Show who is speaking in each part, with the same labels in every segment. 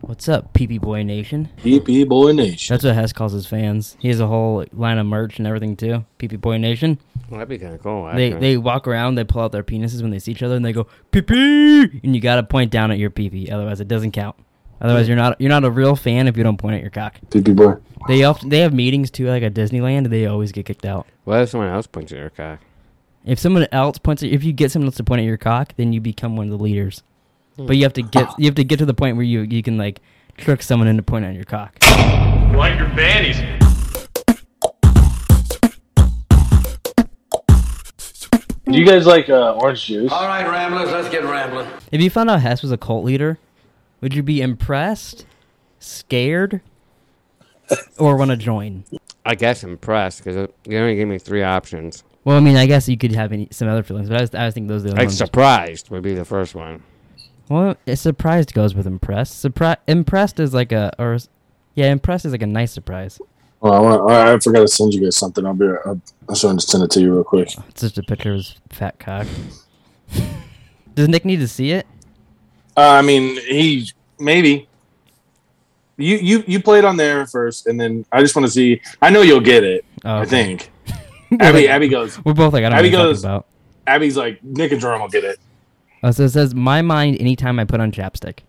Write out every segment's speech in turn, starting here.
Speaker 1: What's up, Pee Pee Boy Nation?
Speaker 2: Pee Pee Boy Nation.
Speaker 1: That's what Hess calls his fans. He has a whole line of merch and everything too. Pee Pee Boy Nation.
Speaker 3: Well, that'd be kind of cool.
Speaker 1: They
Speaker 3: actually.
Speaker 1: they walk around, they pull out their penises when they see each other, and they go pee pee, and you gotta point down at your pee pee, otherwise it doesn't count. Otherwise you're not you're not a real fan if you don't point at your cock.
Speaker 2: Pee Pee Boy.
Speaker 1: They often they have meetings too, like at Disneyland, and they always get kicked out.
Speaker 3: What if someone else punches your cock?
Speaker 1: If someone else points, at, if you get someone else to point at your cock, then you become one of the leaders. But you have to get you have to get to the point where you you can like trick someone into pointing at your cock.
Speaker 4: Like your panties.
Speaker 2: Do you guys like uh, orange juice?
Speaker 5: All right, Ramblers, let's get rambling.
Speaker 1: If you found out Hess was a cult leader, would you be impressed, scared, or want to join?
Speaker 3: I guess impressed because they only gave me three options.
Speaker 1: Well, I mean, I guess you could have any, some other feelings, but I was, I was thinking those are the only
Speaker 3: Like
Speaker 1: ones.
Speaker 3: surprised would be the first one.
Speaker 1: Well, uh, surprised goes with impressed. Surpri- impressed is like a, or s- yeah, impressed is like a nice surprise.
Speaker 2: Oh, I, want, I, I forgot to send you guys something. I'll be. right- I'll, I'll try to send it to you real quick.
Speaker 1: It's just a picture of his fat cock. Does Nick need to see it?
Speaker 2: Uh, I mean, he maybe. You you you play it on there first, and then I just want to see. I know you'll get it.
Speaker 1: Oh,
Speaker 2: I
Speaker 1: okay.
Speaker 2: think. Abby Abby goes.
Speaker 1: We're both like, I don't
Speaker 2: Abby
Speaker 1: know what you're
Speaker 2: goes-
Speaker 1: talking about.
Speaker 2: Abby's like Nick and Jerome will get it.
Speaker 1: Oh, so it says, my mind anytime I put on chapstick.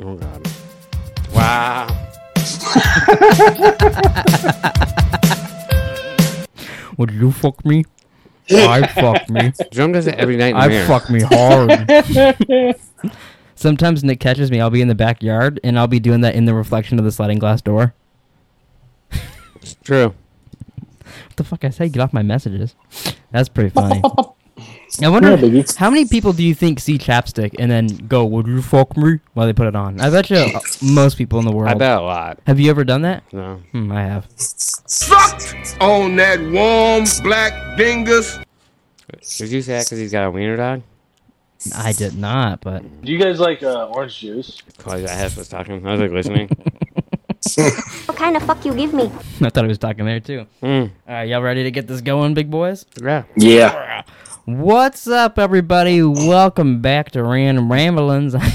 Speaker 3: Oh God! Wow!
Speaker 1: Would you fuck me? I fuck me.
Speaker 3: Jerome does it every night. In the
Speaker 1: I
Speaker 3: mirror.
Speaker 1: fuck me hard. Sometimes Nick catches me. I'll be in the backyard and I'll be doing that in the reflection of the sliding glass door.
Speaker 3: It's true.
Speaker 1: What the fuck I say? Get off my messages. That's pretty funny. I wonder
Speaker 2: Yeah, baby.
Speaker 1: how many people do you think see chapstick and then go, "Would you fuck me?" while they put it on. I bet you uh, most people in the world.
Speaker 3: I bet a lot.
Speaker 1: Have you ever done that?
Speaker 3: No.
Speaker 1: Hmm, I have.
Speaker 5: On that warm black dingus.
Speaker 3: Did you say that because he's got a wiener dog?
Speaker 1: I did not, but
Speaker 2: Do you guys like uh, orange juice?
Speaker 3: Cause I was talking. I was like listening.
Speaker 6: What kind of fuck you give me?
Speaker 1: I thought I was talking there too.
Speaker 3: mm,
Speaker 1: All right, y'all ready to get this going, big boys?
Speaker 3: yeah.
Speaker 2: Yeah.
Speaker 1: What's up, everybody? Welcome back to Random Ramblings.
Speaker 3: I'm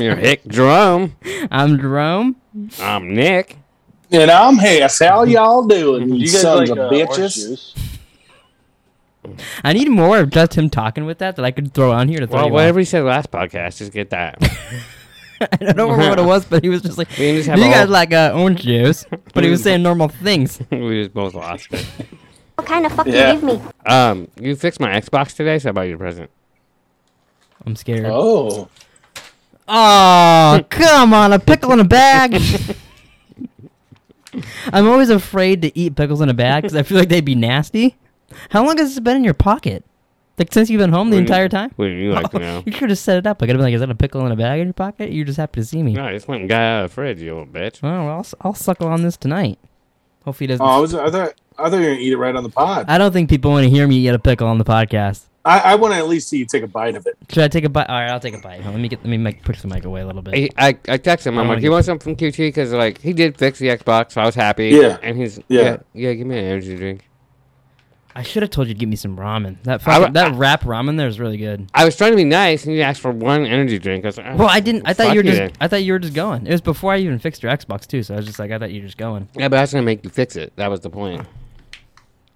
Speaker 3: your hick Jerome.
Speaker 1: I'm Jerome.
Speaker 3: I'm Nick.
Speaker 2: And I'm Hess. How y'all doing? You guys
Speaker 7: sons
Speaker 2: like
Speaker 7: of
Speaker 2: uh,
Speaker 7: bitches?
Speaker 2: orange juice?
Speaker 1: I need more of just him talking with that that I could throw on here to throw
Speaker 3: Well,
Speaker 1: you
Speaker 3: whatever he said last podcast, just get that.
Speaker 1: off. I don't remember what it was, but he was just like,
Speaker 3: We can just have
Speaker 1: "You
Speaker 3: a
Speaker 1: guys
Speaker 3: whole-
Speaker 1: like uh, orange juice," but he was saying normal things.
Speaker 3: we just both lost it.
Speaker 6: What kind of fuck
Speaker 2: Yeah.
Speaker 6: you give me?
Speaker 3: Um, you fixed my Xbox today, so I bought you a present.
Speaker 1: I'm scared. Oh,
Speaker 2: Oh,
Speaker 1: come on, a pickle in a bag. I'm always afraid to eat pickles in a bag because I feel like they'd be nasty. How long has this been in your pocket? Like since you've been home the
Speaker 3: Wouldn't-
Speaker 1: entire time?
Speaker 3: Wouldn't you like to
Speaker 1: Oh,
Speaker 3: know?
Speaker 1: You should have set it up. I could have been like, "Is that a pickle in a bag in your pocket?" You're just happy to see me.
Speaker 3: No, I just went and got out of the fridge, you little bitch.
Speaker 1: Oh, well, I'll, s- I'll suckle on this tonight. Hopefully, he doesn't.
Speaker 2: oh I, was, I thought I thought you were gonna eat it right on the pod.
Speaker 1: I don't think people want to hear me eat a pickle on the podcast.
Speaker 2: I, I want to at least see you take a bite of it.
Speaker 1: Should I take a bite? All right, I'll take a bite. Hold on, let me get. Let me make, push the mic away a little bit.
Speaker 3: I, I, I texted him.
Speaker 1: I
Speaker 3: I'm
Speaker 1: wanna
Speaker 3: like,
Speaker 1: get
Speaker 3: you want something from QT? Because like he did fix the Xbox, so I was happy.
Speaker 2: Yeah.
Speaker 3: And he's
Speaker 2: Yeah.
Speaker 3: yeah yeah, give me an energy drink.
Speaker 1: I should have told you to get me some ramen. That
Speaker 3: I
Speaker 1: fucking,
Speaker 3: wa-
Speaker 1: that
Speaker 3: I-
Speaker 1: wrap ramen there is really good.
Speaker 3: I was trying to be nice, and you asked for one energy drink. I was like, oh,
Speaker 1: Well, I didn't. I thought
Speaker 3: fuck
Speaker 1: you were just.
Speaker 3: then.
Speaker 1: I thought you were just going. It was before I even fixed your Xbox too. So I was just like, I thought you were just going.
Speaker 3: Yeah, but I was gonna make you fix it. That was the point.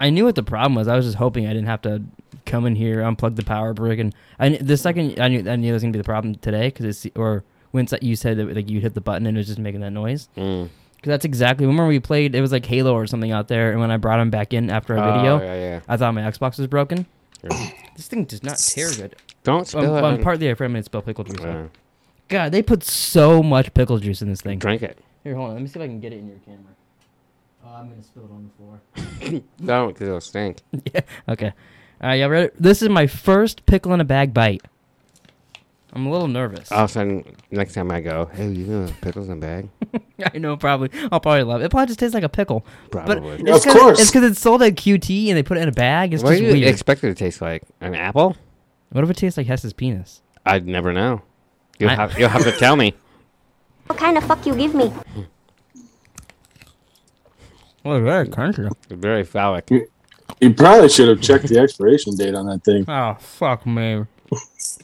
Speaker 1: I knew what the problem was. I was just hoping I didn't have to come in here, unplug the power brick, and I kn- the second I knew I knew that was gonna be the problem today because it's or when it's- you said that like you hit the button and it was just making that noise.
Speaker 3: Mm.
Speaker 1: Because that's exactly. Remember we played? It was like Halo or something out there, and when I brought him back in after a
Speaker 3: Oh,
Speaker 1: video,
Speaker 3: yeah, yeah.
Speaker 1: I thought my Xbox was broken.
Speaker 3: Yeah.
Speaker 1: this thing does not tear good.
Speaker 3: Don't spill
Speaker 1: Um,
Speaker 3: it.
Speaker 1: um,
Speaker 3: on-
Speaker 1: partly I forgot to spill pickle juice. on.
Speaker 3: Uh,
Speaker 1: God, they put so much pickle juice in this thing.
Speaker 3: drink it.
Speaker 1: Here, hold on. Let me see if I can get it in your camera. Oh, I'm gonna spill it on the floor.
Speaker 3: Don't, because it'll stink.
Speaker 1: Yeah. Okay. All right, y'all ready? This is my first pickle in a bag bite. I'm a little nervous.
Speaker 3: All of a sudden, next time I go, hey, you know pickles in a bag?
Speaker 1: I know, probably. I'll probably love it. It probably just tastes like a pickle.
Speaker 3: Probably.
Speaker 1: But it's
Speaker 2: Of
Speaker 1: 'cause-
Speaker 2: course.
Speaker 1: It's because it's sold at QT and they put it in a bag. It's
Speaker 3: what do
Speaker 1: just
Speaker 3: you
Speaker 1: weird.
Speaker 3: expect it to taste like? An apple?
Speaker 1: what if it tastes like Hess's penis?
Speaker 3: I'd never know. You'll,
Speaker 1: I-
Speaker 3: have, you'll have to tell me.
Speaker 6: What kind of fuck you give me?
Speaker 1: Well, very country.
Speaker 3: It's very phallic.
Speaker 2: You probably should have checked the expiration date on that thing.
Speaker 1: Oh, fuck me.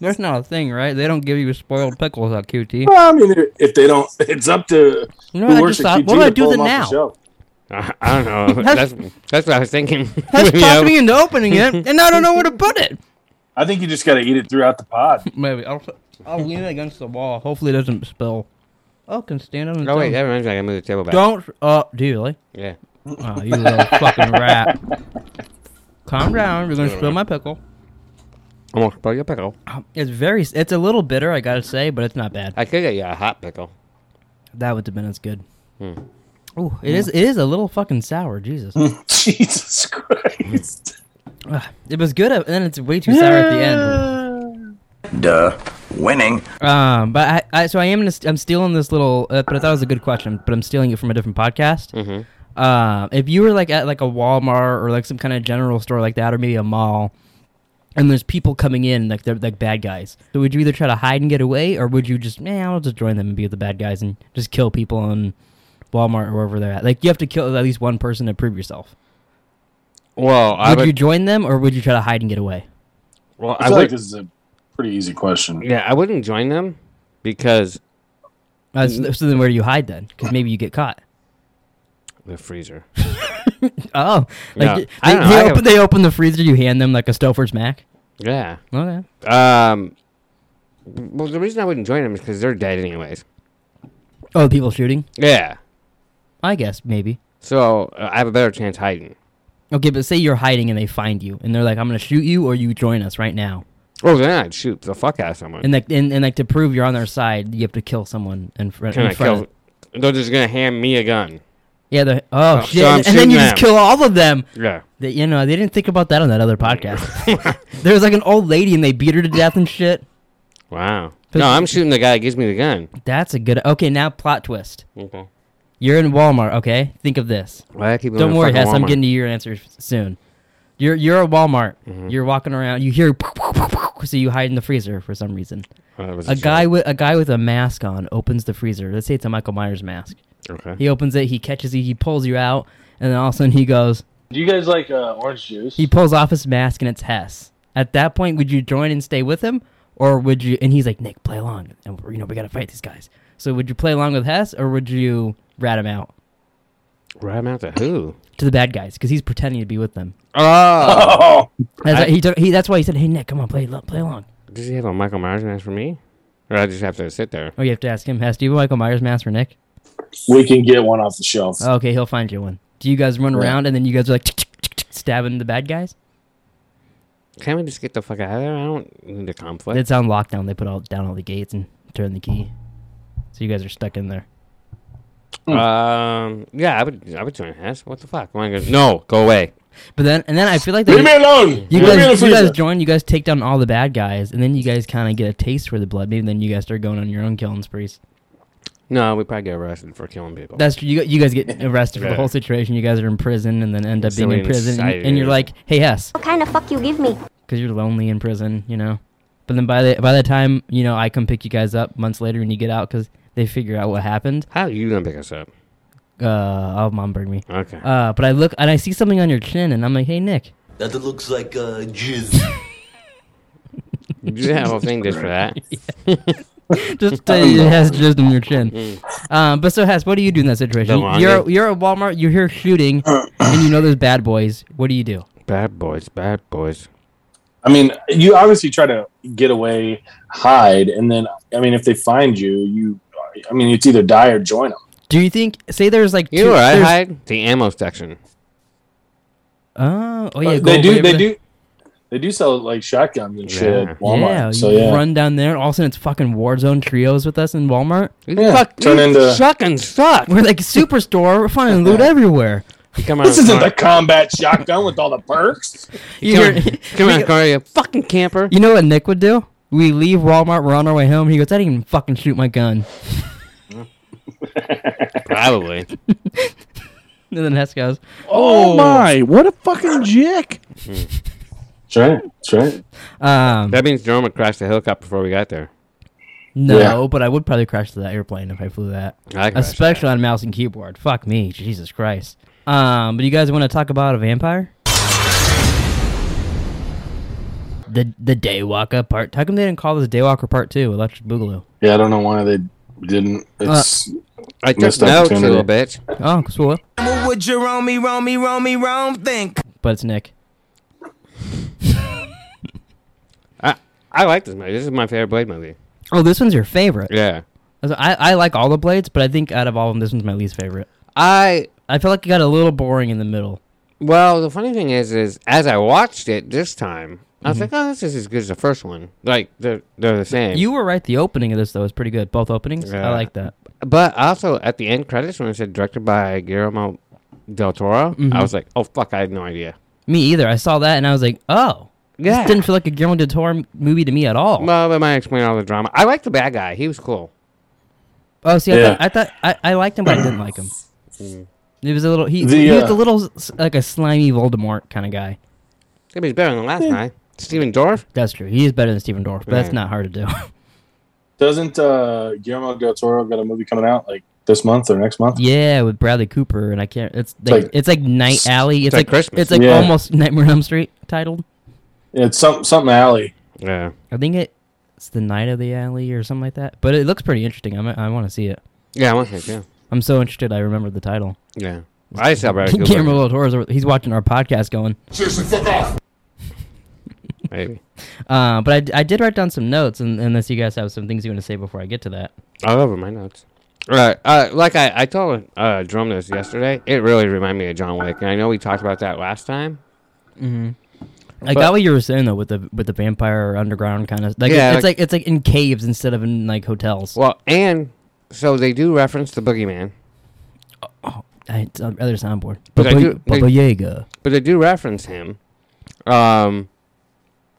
Speaker 1: That's not a thing, right? They don't give you spoiled pickles at QT.
Speaker 2: Well, I mean, if they don't, it's up to
Speaker 1: You know what I just thought? What do I do
Speaker 2: pull
Speaker 1: then
Speaker 2: them off the
Speaker 1: now?
Speaker 2: shelf.
Speaker 3: I, I don't know. that's that's what I was thinking.
Speaker 1: That's
Speaker 3: When you
Speaker 1: popped
Speaker 3: open-
Speaker 1: me into opening it, and I don't know where to put it.
Speaker 2: I think you just got to eat it throughout the pod.
Speaker 1: Maybe I'll I'll lean it against the wall. Hopefully, it doesn't spill. Oh, can stand on. its
Speaker 3: Oh wait,
Speaker 1: own.
Speaker 3: that reminds me. I can move the table back.
Speaker 1: Don't. Uh, do you really?
Speaker 3: Yeah.
Speaker 1: Oh, you little fucking rat. Calm down. You're gonna spill my pickle.
Speaker 3: I'm gonna spill your pickle.
Speaker 1: Um, It's very. It's a little bitter, I gotta say, but it's not bad.
Speaker 3: I could get you a hot pickle.
Speaker 1: That would have been as good.
Speaker 3: Hmm.
Speaker 1: Oh, it is. It is a little fucking sour. Jesus.
Speaker 2: Jesus Christ.
Speaker 1: Ugh, it was good, uh, and then it's way too sour at the end.
Speaker 7: Duh. Winning.
Speaker 1: Um, but I, I so I am. Gonna, st- I'm stealing this little. Uh, but I thought it was a good question. But I'm stealing it from a different podcast. Mm-hmm. Uh, if you were like at like a Walmart or like some kind of general store like that, or maybe a mall, and there's people coming in like they're like bad guys. So would you either try to hide and get away, or would you just man, I'll just join them and be with the bad guys and just kill people in Walmart or wherever they're at? Like you have to kill at least one person to prove yourself.
Speaker 3: Well, I
Speaker 1: Would
Speaker 3: would.
Speaker 1: you join them, or would you try to hide and get away?
Speaker 3: well,
Speaker 2: I
Speaker 3: I
Speaker 2: feel
Speaker 3: would.
Speaker 2: like this is a pretty easy question.
Speaker 3: yeah, I wouldn't join them because
Speaker 1: Uh, so, so then, where do you hide then? Because maybe you get caught.
Speaker 3: the freezer.
Speaker 1: Oh,
Speaker 3: Yeah.
Speaker 1: like they,
Speaker 3: I don't know,
Speaker 1: they
Speaker 3: I
Speaker 1: open
Speaker 3: could-
Speaker 1: they open the freezer, you hand them like a Stouffer's Mac.
Speaker 3: Yeah.
Speaker 1: Okay.
Speaker 3: Um. Well, the reason I wouldn't join them is because they're dead anyways.
Speaker 1: Oh, people shooting.
Speaker 3: Yeah.
Speaker 1: I guess maybe.
Speaker 3: So uh, I have a better chance hiding.
Speaker 1: Okay, but say you're hiding and they find you, and they're like, "I'm gonna shoot you, or you join us right now."
Speaker 3: Oh, then I'd shoot the fuck out of someone.
Speaker 1: And like, and, and like to prove you're on their side, you have to kill someone in, fr-
Speaker 3: Can
Speaker 1: in
Speaker 3: I
Speaker 1: front.
Speaker 3: kill?
Speaker 1: Of,
Speaker 3: They're just gonna hand me a gun.
Speaker 1: yeah. they're- Oh,
Speaker 3: so
Speaker 1: shit!
Speaker 3: I'm
Speaker 1: and then
Speaker 3: shooting
Speaker 1: you just
Speaker 3: them.
Speaker 1: kill all of them.
Speaker 3: Yeah.
Speaker 1: They, you know, they didn't think about that on that other podcast. there was like an old lady, and they beat her to death and shit.
Speaker 3: Wow.
Speaker 1: But-
Speaker 3: No, I'm shooting the guy that gives me the gun.
Speaker 1: That's a good. Okay, now plot twist.
Speaker 3: Okay.
Speaker 1: You're in Walmart. Okay, think of this.
Speaker 3: Why I keep going
Speaker 1: Don't
Speaker 3: to
Speaker 1: worry,
Speaker 3: fucking
Speaker 1: Hess. I'm
Speaker 3: Walmart?
Speaker 1: getting to your answers soon. You're you're at Walmart.
Speaker 3: Mm-hmm.
Speaker 1: You're walking around. You hear, so you hide in the freezer for some reason.
Speaker 3: Oh, that was
Speaker 1: A
Speaker 3: joke.
Speaker 1: guy with a guy with a mask on opens the freezer. Let's say it's a Michael Myers mask.
Speaker 3: Okay.
Speaker 1: He opens it. He catches you. He pulls you out, and then all of a sudden he goes.
Speaker 2: Do you guys like uh, orange juice?
Speaker 1: He pulls off his mask, and it's Hess. At that point, would you join and stay with him, or would you? And he's like, Nick, play along, and you know we gotta fight these guys. So would you play along with Hess, or would you rat him out
Speaker 3: Right out to who?
Speaker 1: to the bad guys because he's pretending to be with them?
Speaker 3: Oh.
Speaker 2: Oh,
Speaker 1: That's, why he took- he- that's why he said, "Hey Nick, come on, play lo- play along."
Speaker 3: Does he have a Michael Myers mask for me? Or I just have to sit there?
Speaker 1: Oh, you have to ask him. Has do you have a Michael Myers mask for Nick?
Speaker 2: we can get one off the shelf.
Speaker 1: Oh, okay, he'll find you one. Do you guys run around and then you guys are like tick, tick, tick, tick, stabbing the bad guys?
Speaker 3: Can't we just get the fuck out of there? I don't need a conflict.
Speaker 1: It's on lockdown. They put all down all the gates and turn the key, so you guys are stuck in there.
Speaker 3: um, yeah, I would, I would join Hess. What the fuck? Why don't I go- no, go away.
Speaker 1: But then and then I feel like they,
Speaker 2: Leave me alone.
Speaker 1: you
Speaker 2: Leave me in the
Speaker 1: guys you guys
Speaker 2: freezer.
Speaker 1: join. You guys take down all the bad guys, and then you guys kind of get a taste for the blood. Maybe then you guys start going on your own killing sprees.
Speaker 3: No, we probably get arrested for killing people.
Speaker 1: That's you. You guys get arrested for the
Speaker 3: Yeah.
Speaker 1: whole situation. You guys are in prison, and then end up
Speaker 3: So
Speaker 1: being in
Speaker 3: we
Speaker 1: prison, and,
Speaker 3: decided-
Speaker 1: and you're like, "Hey, yes,
Speaker 6: What kind of fuck you give me?
Speaker 1: because you're lonely in prison, you know. But then by the by the time you know I come pick you guys up months later and you get out because they figure out what happened.
Speaker 3: How are you gonna pick us up?
Speaker 1: Uh, oh, mom bring me.
Speaker 3: Okay.
Speaker 1: Uh, but I look and I see something on your chin and I'm like, hey Nick,
Speaker 7: That looks like uh, jizz.
Speaker 3: Did you have a whole thing just for that?
Speaker 1: just uh, it has jizz on your
Speaker 2: Mm.
Speaker 1: chin. Um, but so Hess, what do you do in that situation?
Speaker 3: The
Speaker 1: You- You're
Speaker 3: longest-
Speaker 1: you're at Walmart, you hear shooting, and you know there's bad boys. What do you do?
Speaker 3: Bad boys, bad boys.
Speaker 2: I mean, you obviously try to get away, hide, and then I mean, if they find you, you, I mean, it's either die or join them.
Speaker 1: Do you think say there's like
Speaker 3: You
Speaker 1: two,
Speaker 3: know where I
Speaker 1: there's-
Speaker 3: hide? The ammo section.
Speaker 1: Oh, oh yeah, go
Speaker 2: Uh, they do.
Speaker 1: wherever
Speaker 2: They do. They do sell like shotguns and shit
Speaker 3: Yeah.
Speaker 2: at Walmart.
Speaker 1: Yeah,
Speaker 2: so
Speaker 1: you
Speaker 2: yeah,
Speaker 1: run down there, and all of a sudden it's fucking Warzone trios with us in Walmart.
Speaker 2: Yeah, turn into-
Speaker 3: fucking suck.
Speaker 1: We're like superstore. We're finding loot everywhere.
Speaker 3: You come out
Speaker 2: this
Speaker 3: of
Speaker 2: isn't
Speaker 3: car-
Speaker 2: the combat shotgun with all the perks.
Speaker 1: You,
Speaker 3: Come,
Speaker 1: hear-
Speaker 3: on, come on, car, you fucking camper.
Speaker 1: you know what Nick would do? We leave Walmart. We're on our way home. He goes, "I didn't even fucking shoot my gun."
Speaker 3: Probably.
Speaker 1: And then Hess goes,
Speaker 2: Oh my! What a fucking jick! That's right. That's right.
Speaker 1: um,
Speaker 3: That means Jerome would crash the helicopter before we got there.
Speaker 1: "No, but I would probably crash to that airplane if I flew that,
Speaker 3: I crashed
Speaker 1: especially on mouse and keyboard." Fuck me, Jesus Christ. Um, but you guys want to talk about a vampire? the the Daywalker part. How come they didn't call this Daywalker Part Two? Electric Boogaloo.
Speaker 2: Yeah, I don't know why they didn't.
Speaker 1: Uh,
Speaker 2: It's
Speaker 3: I took
Speaker 2: Missed
Speaker 3: notes a
Speaker 2: opportunity.
Speaker 3: little bit.
Speaker 1: Oh, cool.
Speaker 8: What Jerome, Rome, Rome, Rome think?
Speaker 1: But it's Nick.
Speaker 3: I, I like this movie. This is my favorite Blade movie.
Speaker 1: Oh, this one's your favorite.
Speaker 3: Yeah.
Speaker 1: I, I like all the blades, but I think out of all of them, this one's my least favorite.
Speaker 3: I
Speaker 1: I feel like it got a little boring in the middle.
Speaker 3: well, the funny thing is, is as I watched it this time, I was like, oh, this is as good as the first one. Like they're they're the same.
Speaker 1: You were right. The opening of this though is pretty good. Both openings,
Speaker 3: Yeah.
Speaker 1: I like that.
Speaker 3: but also at the end credits when it said directed by Guillermo del Toro, I was like, oh fuck, I had no idea.
Speaker 1: Me either. I saw that and I was like, oh,
Speaker 3: Yeah.
Speaker 1: this didn't feel like a Guillermo del Toro m- movie to me at all.
Speaker 3: Well, that might explain all the drama. I like the bad guy. He was cool.
Speaker 1: oh, see,
Speaker 2: Yeah.
Speaker 1: I thought, I, thought I, I liked him, but I didn't like him. It was a little. He,
Speaker 2: The,
Speaker 1: he was
Speaker 2: uh,
Speaker 1: a little s- like a slimy Voldemort kind of guy.
Speaker 3: Yeah, but he's better than the last guy. Steven Dorff.
Speaker 1: That's true. He is better than Stephen Dorff, but that's
Speaker 3: Right.
Speaker 1: not hard to do.
Speaker 2: doesn't uh, Guillermo del Toro got a movie coming out like this month or next month?
Speaker 1: yeah, with Bradley Cooper, and I can't. It's like,
Speaker 2: like-
Speaker 1: it's like Night Alley. It's,
Speaker 3: like
Speaker 1: like
Speaker 3: Christmas.
Speaker 1: It's like
Speaker 2: Yeah.
Speaker 1: almost Nightmare on Elm Street titled.
Speaker 2: It's some something alley.
Speaker 3: Yeah.
Speaker 1: I think it- it's the Night of the Alley or something like that. But it looks pretty interesting. I'm, I want to see it.
Speaker 3: Yeah, I want to say, yeah.
Speaker 1: I'm so interested. I remember the title.
Speaker 3: Yeah. I saw Bradley
Speaker 1: Guillermo
Speaker 3: Cooper.
Speaker 1: del Toro's over- he's watching our podcast going.
Speaker 3: Maybe.
Speaker 1: Uh, but I, I did write down some notes, and, unless you guys have some things you want to say before I get to that.
Speaker 3: All over my notes. Right. Uh, like I, I told uh, Drum this yesterday, it really reminded me of John Wick. And I know we talked about that last time.
Speaker 1: I got what you were saying though with the with the vampire underground kind of like
Speaker 3: Yeah,
Speaker 1: it's like,
Speaker 3: like-
Speaker 1: it's like in caves instead of in like hotels.
Speaker 3: Well, and so they do reference the Boogeyman,
Speaker 1: I, it's on the other soundboard.
Speaker 3: But I
Speaker 1: Baba,
Speaker 3: do-
Speaker 1: Baba
Speaker 3: they-
Speaker 1: Yaga.
Speaker 3: but they do reference him. Um,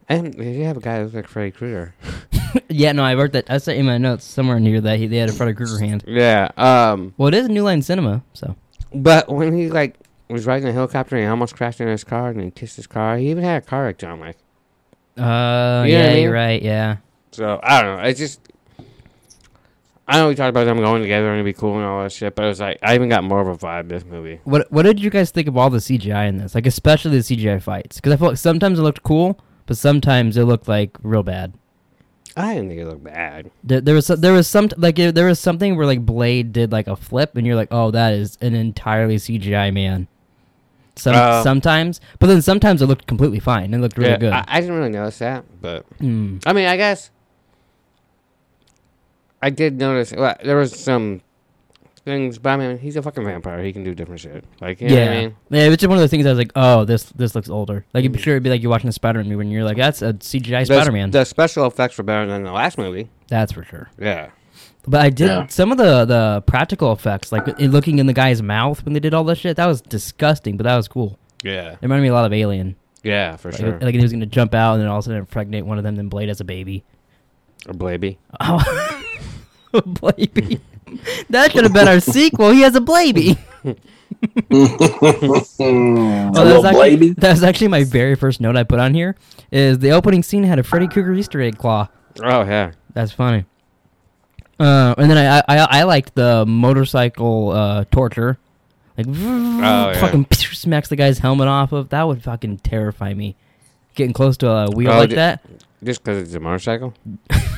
Speaker 3: and they do have a guy that looks like Freddy Krueger.
Speaker 1: Yeah, no, I wrote that. I said in my notes somewhere in here that he, they had a Freddy Krueger hand.
Speaker 3: Yeah. Um,
Speaker 1: Well, it is New Line Cinema, so
Speaker 3: But when he like was riding a helicopter and he almost crashed into his car and he kissed his car, he even had a car accident. I'm like,
Speaker 1: uh,
Speaker 3: You know what I
Speaker 1: yeah,
Speaker 3: mean?
Speaker 1: you're right. Yeah,
Speaker 3: so I don't know. It's just I know we talked about them going together and it'd be cool and all that shit, but it was like I even got more of a vibe this movie.
Speaker 1: What What did you guys think of all the CGI in this? Like especially the CGI fights, because I felt like sometimes it looked cool, but sometimes it looked like real bad.
Speaker 3: I didn't think it looked bad.
Speaker 1: There, there was so- there was some like eh, there was something where like Blade did like a flip, and you're like, oh, that is an entirely CGI man. Some
Speaker 3: Oh.
Speaker 1: sometimes, but then sometimes it looked completely fine. It looked really
Speaker 3: yeah,
Speaker 1: good. Hmm.
Speaker 3: I, I didn't really notice that, but I mean, I guess I did notice. Well, there was some things, but I mean, he's a fucking vampire. He can do different shit. Like, you know
Speaker 1: yeah,
Speaker 3: what I mean? Mm.
Speaker 1: yeah. It's just one of those things. I was like, "Oh, this this looks older." Like, it'd be sure it'd be like you're watching a Spider-Man movie, and you're like, "That's a CGI
Speaker 3: The-
Speaker 1: Spider-Man."
Speaker 3: The special effects were better than the last movie.
Speaker 1: That's for sure.
Speaker 3: Yeah.
Speaker 1: But I did
Speaker 2: Yeah.
Speaker 1: some of the the practical effects, like it- looking in the guy's mouth when they did all that shit. That was disgusting, but that was cool.
Speaker 3: Yeah.
Speaker 1: It reminded me a lot of Alien.
Speaker 3: Yeah, for
Speaker 1: Like,
Speaker 3: sure.
Speaker 1: like he was gonna jump out and then all of a sudden impregnate one of them, then Blade as a baby.
Speaker 3: Or Blaby.
Speaker 1: Oh, a baby. that should have been our sequel. He has a baby. oh, that, was
Speaker 2: little
Speaker 1: actually,
Speaker 2: baby.
Speaker 1: that was actually my very first note I put on here. Is the opening scene had a Freddy Krueger Easter egg claw.
Speaker 3: Oh yeah.
Speaker 1: That's funny. Uh, and then I, I I- I liked the motorcycle uh, torture, like
Speaker 3: Oh, yeah.
Speaker 1: fucking smacks the guy's helmet off of. That would fucking terrify me. Getting close to a wheel
Speaker 3: Oh,
Speaker 1: like
Speaker 3: d-
Speaker 1: that,
Speaker 3: Just because it's a motorcycle.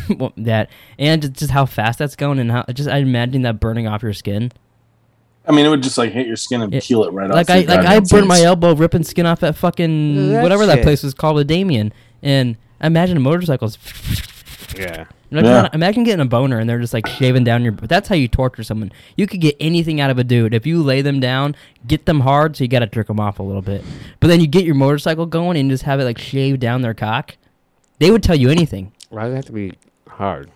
Speaker 1: Well, that, and just, just how fast that's going, and how just I imagine that burning off your skin.
Speaker 2: I mean, it would just like hit your skin and
Speaker 1: Yeah.
Speaker 2: peel it right off.
Speaker 1: like I
Speaker 2: your
Speaker 1: like I
Speaker 2: goddamn
Speaker 1: burned my
Speaker 2: face.
Speaker 1: elbow ripping skin off that fucking
Speaker 3: That
Speaker 1: whatever that
Speaker 3: shit.
Speaker 1: place was called with Damien, and imagine motorcycles.
Speaker 3: Yeah.
Speaker 1: Imagine,
Speaker 2: Yeah.
Speaker 1: imagine getting a boner and they're just like shaving down your. But that's how you torture someone. You could get anything out of a dude if you lay them down, get them hard, so you got to jerk them off a little bit. But then you get your motorcycle going and just have it like shave down their cock. They would tell you anything,
Speaker 3: Why does it have to be hard?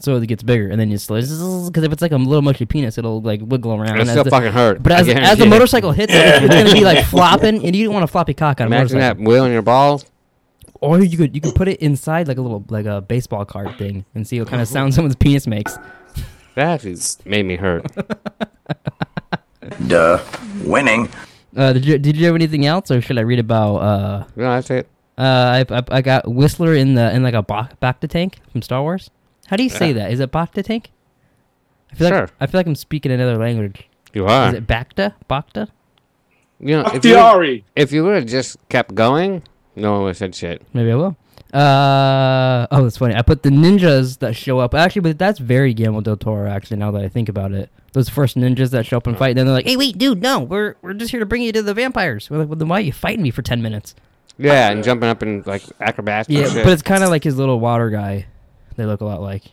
Speaker 1: so it gets bigger, and then you slice. Because if it's like a little mushy penis, it'll like wiggle around.
Speaker 3: It
Speaker 1: as
Speaker 3: still
Speaker 1: the-
Speaker 3: fucking hurt.
Speaker 1: But
Speaker 3: I
Speaker 1: as, as
Speaker 3: guarantee
Speaker 1: the
Speaker 3: it.
Speaker 1: motorcycle hits it, it's gonna be like flopping, and you don't want to floppy cock on a
Speaker 3: Imagine that
Speaker 1: motorcycle.
Speaker 3: wheel in your balls.
Speaker 1: Or you could you could put it inside like a little like a baseball card thing and see what kind
Speaker 3: Uh-huh.
Speaker 1: of sound someone's penis makes.
Speaker 3: That actually made me hurt.
Speaker 7: Duh. Winning.
Speaker 1: Uh, did you did you have anything else, or should I read about? Uh,
Speaker 3: no, that's it.
Speaker 1: uh, I, I I got Whistler in the in like a ba- Bacta tank from Star Wars. How do you say that? Is it Bacta tank? I feel
Speaker 3: Sure.
Speaker 1: like I feel like I'm speaking another language.
Speaker 3: You
Speaker 1: Is
Speaker 3: are.
Speaker 1: it Bacta? Bacta?
Speaker 3: you know, if you,
Speaker 2: Bakhtiari.
Speaker 3: if you would have just kept going, no one would have said shit.
Speaker 1: Maybe I will. Uh oh, that's funny. I put the ninjas that show up. Actually, but that's very Guillermo del Toro. Actually, now that I think about it, those first ninjas that show up and fight, then they're like, "Hey, wait, dude, no, we're we're just here to bring you to the vampires." We're like, "Well, then why are you fighting me for ten minutes?"
Speaker 3: Yeah, and jumping up and like acrobats.
Speaker 1: Yeah,
Speaker 3: and shit.
Speaker 1: but it's kind of like his little water guy. They look a lot like.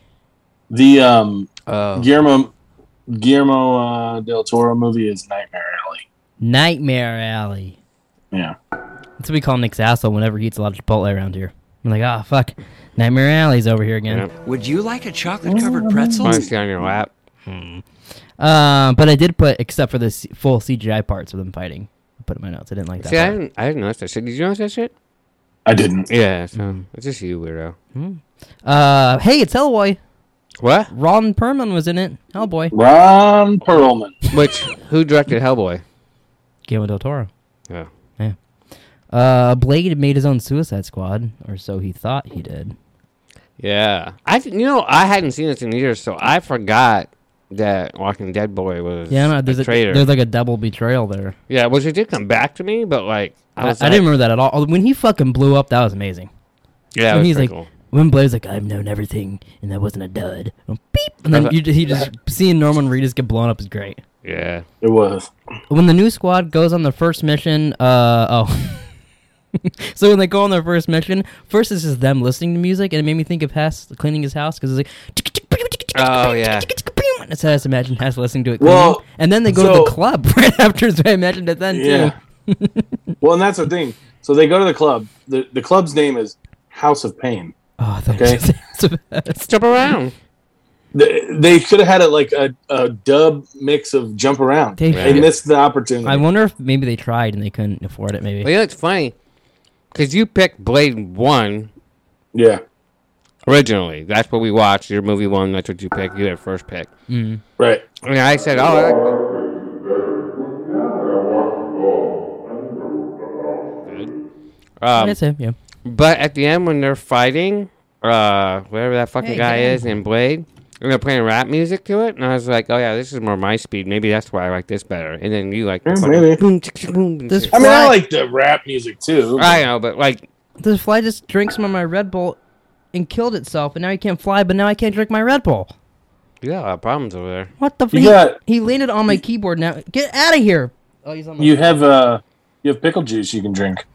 Speaker 2: The um,
Speaker 3: Oh.
Speaker 2: Guillermo Guillermo uh, del Toro movie is Nightmare Alley.
Speaker 1: Nightmare Alley.
Speaker 2: Yeah,
Speaker 1: That's what we call Nick's asshole whenever he eats a lot of Chipotle around here. I'm like, ah, fuck. Nightmare Alley's over here again.
Speaker 3: Yep.
Speaker 9: Would you like a chocolate covered pretzel?
Speaker 3: Wanna sit on your lap.
Speaker 1: Um, but I did put, except for the c- full CGI parts of them fighting. I put it in my notes. I didn't like that.
Speaker 3: See, I
Speaker 1: part.
Speaker 3: didn't, I didn't notice that shit. Did you notice that shit?
Speaker 2: I didn't.
Speaker 3: Yeah, so
Speaker 1: Mm-hmm.
Speaker 3: it's just you, weirdo.
Speaker 1: Uh, hey, it's Hellboy.
Speaker 3: What?
Speaker 1: Ron Perlman was in it. Hellboy.
Speaker 2: Ron Perlman.
Speaker 3: Which? Who directed Hellboy?
Speaker 1: Guillermo del Toro.
Speaker 3: Yeah.
Speaker 1: Uh, Blade made his own Suicide Squad, or so he thought he did.
Speaker 3: Yeah. I didn't- you know I hadn't seen this in years, so I forgot that Walking Dead boy was
Speaker 1: Yeah, no, there's
Speaker 3: a
Speaker 1: a,
Speaker 3: traitor.
Speaker 1: there's like a double betrayal there.
Speaker 3: yeah, which it did come back to me, but like I
Speaker 1: I,
Speaker 3: was
Speaker 1: I
Speaker 3: like-
Speaker 1: didn't remember that at all. When he fucking blew up, that was amazing.
Speaker 3: Yeah, it
Speaker 1: And
Speaker 3: was
Speaker 1: he's
Speaker 3: pretty
Speaker 1: like,
Speaker 3: cool.
Speaker 1: when Blair's like, I've known everything, and that wasn't a dud. And beep, and
Speaker 3: I
Speaker 1: then
Speaker 3: thought-
Speaker 1: you, ju- he just seeing Norman Reedus get blown up is great.
Speaker 3: Yeah.
Speaker 2: It was.
Speaker 1: When the new squad goes on their first mission, uh oh. so when they go on their first mission, first it's just them listening to music, and it made me think of Hess cleaning his house because it's like.
Speaker 3: Oh, yeah.
Speaker 1: That's how I just imagine Hess listening to it.
Speaker 2: Well,
Speaker 1: cleaning. and then they go to the
Speaker 2: so-
Speaker 1: club right after. So I imagined it then
Speaker 2: Yeah.
Speaker 1: too.
Speaker 2: well, and that's the thing. So they go to the club. The the club's name is House of Pain.
Speaker 1: Oh, thanks.
Speaker 2: Okay.
Speaker 3: Jump around.
Speaker 2: They, they should have had it like a, a dub mix of Jump Around.
Speaker 1: They
Speaker 2: They
Speaker 1: should.
Speaker 2: missed the opportunity.
Speaker 1: I wonder if maybe they tried and they couldn't afford it. Maybe.
Speaker 3: But you know, it's funny because you picked Blade One
Speaker 2: yeah,
Speaker 3: originally. That's what we watched. Your movie one. That's what you picked. You had first pick.
Speaker 2: right.
Speaker 3: And I said, oh, I like Um,
Speaker 1: That's him. Yeah.
Speaker 3: But at the end, when they're fighting, uh, whatever that fucking
Speaker 1: Hey,
Speaker 3: guy
Speaker 1: Dan.
Speaker 3: is in Blade, and they're playing rap music to it, and I was like, oh yeah, this is more my speed. Maybe that's why I like this better. And then you like, the
Speaker 2: Yeah,
Speaker 3: fucking
Speaker 2: maybe.
Speaker 3: boom, tick, tick, boom, and
Speaker 1: This
Speaker 3: shit.
Speaker 2: I mean, I
Speaker 1: Right.
Speaker 2: like the rap music too.
Speaker 3: I know, but like,
Speaker 1: The fly just drank some of my Red Bull and killed itself, and now he can't fly, but now I can't drink my Red Bull.
Speaker 3: you got a lot of problems over there.
Speaker 1: What the?
Speaker 2: You
Speaker 1: he,
Speaker 2: got-
Speaker 1: he landed on my keyboard. Now get out of here. Oh, he's on my.
Speaker 2: You have uh, you have pickle juice you can drink.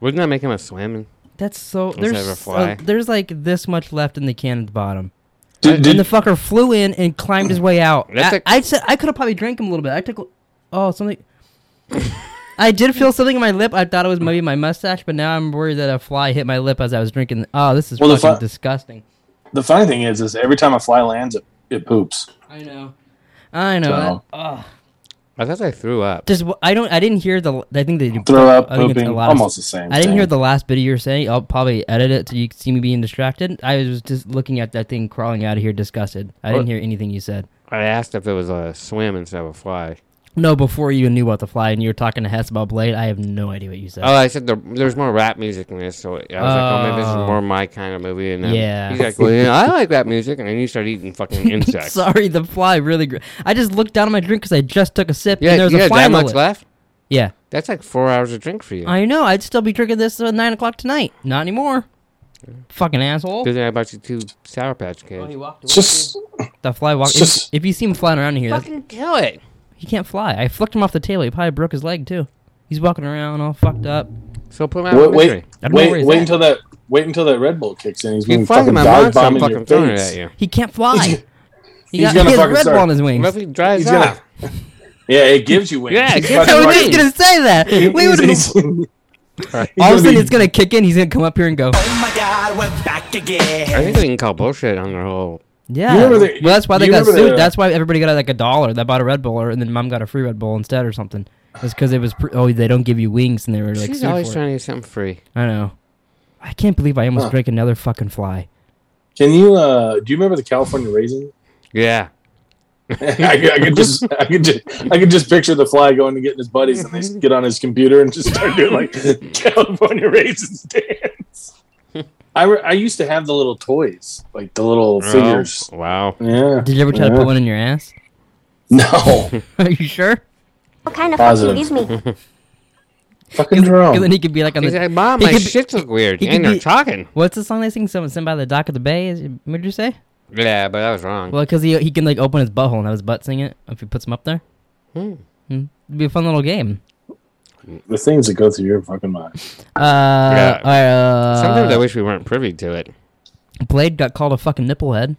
Speaker 3: Wouldn't that make him a slamming?
Speaker 1: That's so.
Speaker 3: Let's
Speaker 1: There's
Speaker 3: have
Speaker 1: so-
Speaker 3: a fly.
Speaker 1: there's like this much left in the can at the bottom,
Speaker 2: Did,
Speaker 1: and
Speaker 2: did,
Speaker 1: the fucker flew in and climbed his way out.
Speaker 3: That's
Speaker 1: I
Speaker 3: a-
Speaker 1: I said I could have probably drank him a little bit. I took. Oh, something. I did feel something in my lip. I thought it was maybe my mustache, but now I'm worried that a fly hit my lip as I was drinking. Oh, this is
Speaker 2: Well, the
Speaker 1: fucking
Speaker 2: fu-
Speaker 1: disgusting.
Speaker 2: the funny thing is, is every time a fly lands, it, it poops.
Speaker 1: I know. I know.
Speaker 2: So-
Speaker 1: that- ugh.
Speaker 3: I thought I threw up.
Speaker 1: Just wh- I don't. I didn't hear the. I think they do
Speaker 2: Throw up,
Speaker 1: I think it's
Speaker 2: pooping,
Speaker 1: a lot
Speaker 2: almost the same
Speaker 1: I didn't hear
Speaker 2: thing.
Speaker 1: the last bit of you were saying. I'll probably edit it so you can see me being distracted. I was just looking at that thing crawling out of here, disgusted. I didn't
Speaker 3: What?
Speaker 1: hear anything you said.
Speaker 3: I asked if it was a swim instead of a fly.
Speaker 1: No, before you knew about the fly and you were talking to Hess about Blade, I have no idea what you said.
Speaker 3: Oh, I said there, there's more rap music in this, so I was like, oh, maybe this is
Speaker 1: Oh.
Speaker 3: more my kind of movie. And then
Speaker 1: Yeah.
Speaker 3: he's like, well, yeah, I like rap music, and then you start eating fucking insects.
Speaker 1: Sorry, the fly really. Gr- I just looked down at my drink because I just took a sip
Speaker 3: yeah,
Speaker 1: and there was
Speaker 3: you
Speaker 1: a
Speaker 3: had
Speaker 1: fly
Speaker 3: that
Speaker 1: in my
Speaker 3: much
Speaker 1: lip.
Speaker 3: left.
Speaker 1: Yeah,
Speaker 3: That's like four hours of drink for you.
Speaker 1: I know. I'd still be drinking this at nine o'clock tonight. Not anymore. Fucking asshole.
Speaker 3: Good thing I bought you two Sour Patch Kids.
Speaker 2: It's just
Speaker 1: The fly walked.
Speaker 2: Just-
Speaker 1: If, if you see him flying around here, that's,
Speaker 3: kill it.
Speaker 1: he can't fly. I flicked him off the table. He probably broke his leg too. He's walking around all fucked up.
Speaker 3: So put him out
Speaker 2: wait,
Speaker 3: of
Speaker 2: wait,
Speaker 3: misery.
Speaker 1: I don't know where
Speaker 2: wait,
Speaker 1: he's
Speaker 2: wait
Speaker 1: at.
Speaker 2: until that wait until that Red Bull kicks in. He's
Speaker 3: You
Speaker 2: gonna
Speaker 3: fucking
Speaker 2: fucking
Speaker 3: my
Speaker 2: dive
Speaker 3: monster,
Speaker 2: bomb
Speaker 3: I'm
Speaker 2: in your
Speaker 3: fucking throwing it
Speaker 2: face.
Speaker 3: at you.
Speaker 1: He can't fly. He
Speaker 2: He's
Speaker 1: got he
Speaker 2: gonna
Speaker 1: has
Speaker 2: fucking
Speaker 1: red
Speaker 2: start-
Speaker 1: ball on his
Speaker 3: What if
Speaker 1: wings.
Speaker 3: he dries
Speaker 2: He's gonna-
Speaker 3: up?
Speaker 2: Yeah, it gives you wings.
Speaker 3: Yeah, it
Speaker 2: He's
Speaker 3: gives
Speaker 1: I
Speaker 2: fucking
Speaker 1: was
Speaker 2: right.
Speaker 1: just gonna say that. We would all
Speaker 2: He's- he's-
Speaker 1: of a sudden
Speaker 2: be-
Speaker 1: it's gonna kick in. He's gonna come up here and go.
Speaker 8: Oh my god, we're back again.
Speaker 3: I think we can call bullshit on their whole.
Speaker 1: Yeah.
Speaker 2: You remember the-
Speaker 1: well, that's why they
Speaker 2: you
Speaker 1: got
Speaker 2: remember
Speaker 1: sued.
Speaker 2: the-
Speaker 1: that's why everybody got like a dollar. That bought a Red Bull, or and then mom got a free Red Bull instead, or something. It's because it was pre- oh they don't give you wings, and they were like
Speaker 3: She's
Speaker 1: sued
Speaker 3: always
Speaker 1: for it.
Speaker 3: trying to get something free.
Speaker 1: I know. I can't believe I almost
Speaker 2: Huh.
Speaker 1: drank another fucking fly.
Speaker 2: Can you? uh Do you remember the California raisin?
Speaker 3: Yeah.
Speaker 2: I, could- I could just, I could just, I could just picture the fly going to get his buddies, and they s- get on his computer and just start doing like California raisins dance. I, re- I used to have the little toys, like the little figures.
Speaker 3: Oh, wow.
Speaker 2: Yeah.
Speaker 1: Did you ever try to
Speaker 2: Yeah.
Speaker 1: put one in your ass?
Speaker 2: No.
Speaker 1: Are you sure?
Speaker 6: What kind of fuck you
Speaker 2: Positive.
Speaker 6: give me?
Speaker 2: Fucking drum.
Speaker 1: Because then he could be like on
Speaker 3: He's
Speaker 1: the.
Speaker 3: like, Mom,
Speaker 1: he
Speaker 3: my
Speaker 1: could be-
Speaker 3: shits look weird.
Speaker 1: he could
Speaker 3: And they're
Speaker 1: be-
Speaker 3: talking.
Speaker 1: What's the song they sing? Someone sent by the dock of the bay. Is, what did you say?
Speaker 3: Yeah, but I was wrong.
Speaker 1: Well, because he he can like open his butthole and have his butt sing it if he puts him up there.
Speaker 3: Hmm.
Speaker 1: Hmm. It'd be a fun little game.
Speaker 2: the things that go through your fucking mind.
Speaker 1: Uh, yeah. uh,
Speaker 3: Sometimes I wish we weren't privy to it.
Speaker 1: Blade got called a fucking nipplehead.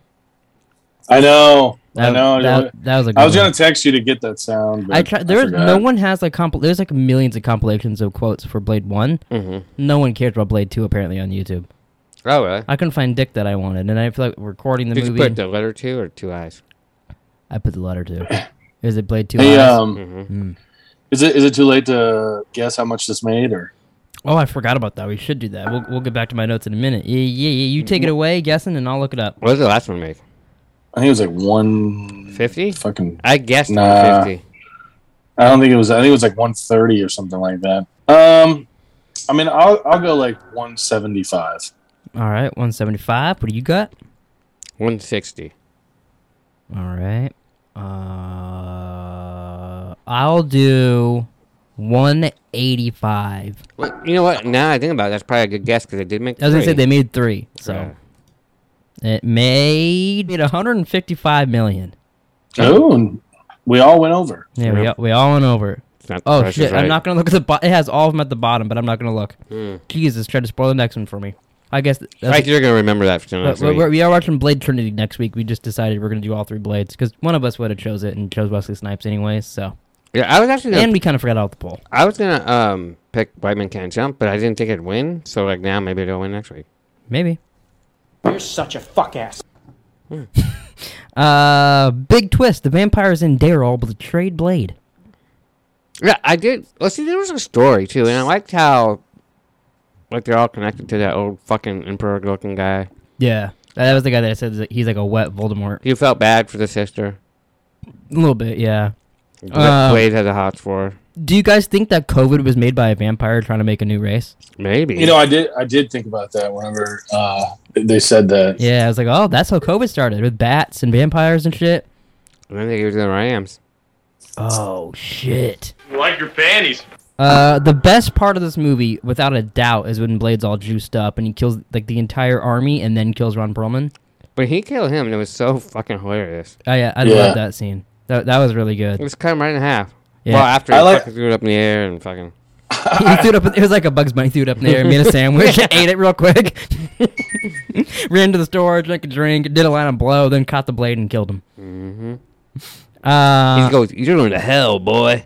Speaker 2: I know. I
Speaker 1: That-
Speaker 2: know.
Speaker 1: That, that was a good
Speaker 2: I was
Speaker 1: one.
Speaker 2: gonna text you to get that sound. But
Speaker 1: I tried. There was
Speaker 2: forgot.
Speaker 1: no one has like comp. There's like millions of compilations of quotes for Blade One.
Speaker 3: Mhm.
Speaker 1: No one cared about Blade Two apparently on YouTube.
Speaker 3: Oh, really?
Speaker 1: I couldn't find dick that I wanted, and I feel like recording the
Speaker 3: Did you
Speaker 1: movie.
Speaker 3: put the letter two or two eyes?
Speaker 1: I put the letter two. Is it Blade Two?
Speaker 2: Hey,
Speaker 1: Eyes?
Speaker 2: um,
Speaker 1: Mm.
Speaker 2: is it is it too late to guess how much this made? Or
Speaker 1: oh, I forgot about that. We should do that. We'll we'll get back to my notes in a minute. Yeah, yeah, yeah. You
Speaker 2: Mm-hmm.
Speaker 1: take it away, guessing, and I'll look it up.
Speaker 3: What did the last one make?
Speaker 2: I think it was like one
Speaker 3: 50?
Speaker 2: fucking.
Speaker 3: I guessed
Speaker 2: Nah.
Speaker 3: on 50.
Speaker 2: I don't think it was. I think it was like one thirty or something like that. Um, I mean, I'll I'll go like one seventy five.
Speaker 1: All right, one seventy five. What do you got?
Speaker 3: 160.
Speaker 1: All right. Uh, I'll do one eighty five.
Speaker 3: Well, you know what? Now I think about it, that's probably a good guess because I did make
Speaker 1: I was gonna say
Speaker 3: three.
Speaker 1: they made three, so
Speaker 3: Right.
Speaker 1: it made it 155 million.
Speaker 2: Oh, and we all went over.
Speaker 1: Yeah,
Speaker 3: Yep.
Speaker 1: we, we all went over.
Speaker 3: It's not the
Speaker 1: Oh
Speaker 3: Price is
Speaker 1: shit!
Speaker 3: Right.
Speaker 1: I'm not gonna look at the. Bo- it has all of them at the bottom, but I'm not gonna look.
Speaker 3: Hmm.
Speaker 1: Jesus, try to spoil the next one for me. I guess th- that's.
Speaker 3: Right, you're gonna remember that for tonight.
Speaker 1: but we're, we're, we are watching Blade Trinity next week. We just decided we're gonna do all three Blades because one of us would have chose it and chose Wesley Snipes anyways. So
Speaker 3: yeah, I was actually gonna,
Speaker 1: and we kind of forgot about the poll.
Speaker 3: I was gonna um pick White Man Can't Jump, but I didn't think it'd win. So like now maybe it'll win next week.
Speaker 1: Maybe.
Speaker 10: You're such a fuck ass.
Speaker 1: Uh, big twist: the vampires in Daryl with a trade blade.
Speaker 3: Yeah, I did. Well, see, there was a story too, and I liked how like they're all connected to that old fucking emperor looking guy.
Speaker 1: Yeah, that was the guy that I said that he's like a wet Voldemort.
Speaker 3: You felt bad for the sister.
Speaker 1: A little bit, yeah.
Speaker 3: Bla-
Speaker 1: Uh,
Speaker 3: Blade has a hot for. her.
Speaker 1: Do you guys think that COVID was made by a vampire trying to make a new race?
Speaker 3: Maybe
Speaker 2: You know, I did I did think about that whenever uh, they said that.
Speaker 1: Yeah, I was like, oh, that's how COVID started with bats and vampires and shit.
Speaker 3: And then they gave it to the Rams.
Speaker 1: Oh shit.
Speaker 4: Like your panties.
Speaker 1: Uh, the best part of this movie, without a doubt, is when Blade's all juiced up and he kills like the entire army and then kills Ron Perlman.
Speaker 3: But he killed him, and it was so fucking hilarious.
Speaker 1: Oh yeah, I
Speaker 2: Yeah.
Speaker 1: love that scene. That that was really
Speaker 3: It
Speaker 1: good.
Speaker 3: was cut him right in half.
Speaker 1: Yeah.
Speaker 3: Well, after he
Speaker 2: I like-
Speaker 3: fucking threw it up in the air and fucking.
Speaker 1: he threw it up. It was like a Bugs Bunny threw it up in the air, made a sandwich, ate it real quick, ran to the store, drank a drink, did a line of blow, then caught the blade and killed him. Mm-hmm. Uh,
Speaker 3: he goes, "You're going to hell, boy."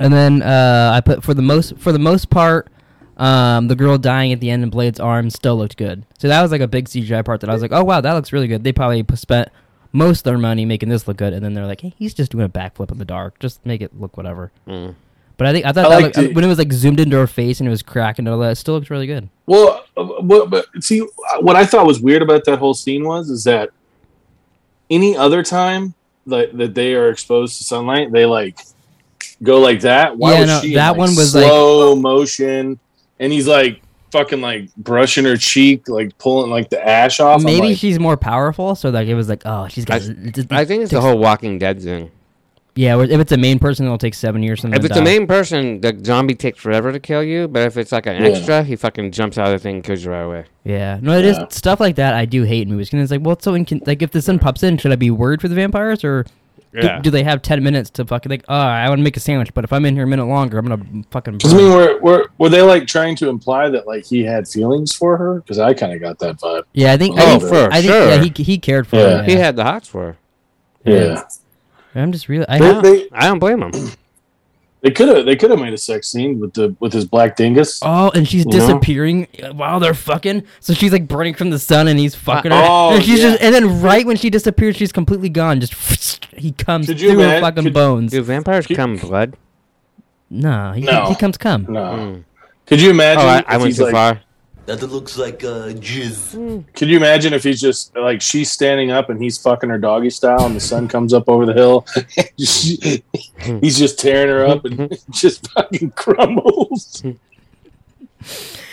Speaker 1: and then uh, I put for the most for the most part, um, the girl dying at the end in Blade's arm still looked good. So that was like a big CGI part that I was like, oh wow, that looks really good. They probably p- spent most of their money making this look good, and then they're like, hey, he's just doing a backflip in the dark, just make it look whatever. But I think Mm. I thought that
Speaker 2: I liked
Speaker 1: looked-
Speaker 2: it.
Speaker 1: when it was like zoomed into her face and it was cracking and all that, it still looked really good.
Speaker 2: Well, uh, but, but see, what I thought was weird about that whole scene was is that any other time that, that they are exposed to sunlight, they like go like that. Why
Speaker 1: Yeah,
Speaker 2: was
Speaker 1: no,
Speaker 2: she in,
Speaker 1: that
Speaker 2: like,
Speaker 1: one was, like-
Speaker 2: slow motion, and he's like fucking like brushing her cheek, like pulling like the ash off. I'm
Speaker 1: Maybe
Speaker 2: like,
Speaker 1: she's more powerful, so like it was like, oh, she's got.
Speaker 3: I think it's the whole Walking Dead thing.
Speaker 1: yeah. where- If it's a main person, it'll take seven years.
Speaker 3: If it's the main person, the zombie takes forever to kill you. But if it's like an
Speaker 2: Yeah.
Speaker 3: extra, he fucking jumps out of the thing and kills you right away.
Speaker 1: yeah, no, it is
Speaker 2: Yeah.
Speaker 1: stuff like that. I do hate in movies because it's like, well, it's so incon- like if the sun pops in, should I be worried for the vampires or? do-
Speaker 3: Yeah.
Speaker 1: Do, they have ten minutes to fucking like? Oh, I want to make a sandwich, but if I'm in here a minute longer, I'm gonna fucking.
Speaker 2: Because I mean, were, were were they like trying to imply that like he had feelings for her? Because I kind of got that vibe.
Speaker 1: yeah, I think. I
Speaker 2: Oh,
Speaker 1: think,
Speaker 3: for
Speaker 1: I think
Speaker 3: sure.
Speaker 1: yeah, he, he cared for.
Speaker 2: Yeah.
Speaker 1: Her,
Speaker 3: He
Speaker 1: yeah.
Speaker 3: had the hots for. her.
Speaker 2: Yeah,
Speaker 1: I'm just really. I,
Speaker 2: They-
Speaker 1: know.
Speaker 2: they
Speaker 3: I don't blame him.
Speaker 2: they could have they could have made a sex scene with the with his black dingus.
Speaker 1: Oh, and she's
Speaker 2: No.
Speaker 1: disappearing while they're fucking. So she's like burning from the sun, and he's fucking her.
Speaker 2: oh,
Speaker 1: and she's
Speaker 2: yeah.
Speaker 1: just, and then right when she disappears, she's completely gone. Just he comes
Speaker 2: Could you
Speaker 1: through her
Speaker 2: imagine-
Speaker 1: fucking
Speaker 2: could-
Speaker 1: bones.
Speaker 3: Do vampires come blood?
Speaker 1: no, he,
Speaker 2: No.
Speaker 1: he comes come.
Speaker 2: No, could you imagine?
Speaker 3: Hmm. Oh, I,
Speaker 2: if
Speaker 3: I went
Speaker 2: he's,
Speaker 3: too
Speaker 2: like-
Speaker 3: far.
Speaker 7: That looks like uh, jizz.
Speaker 2: Could you imagine if he's just like she's standing up and he's fucking her doggy style, and the sun comes up over the hill? She-
Speaker 3: Hmm.
Speaker 2: he's just tearing her up and just fucking crumbles.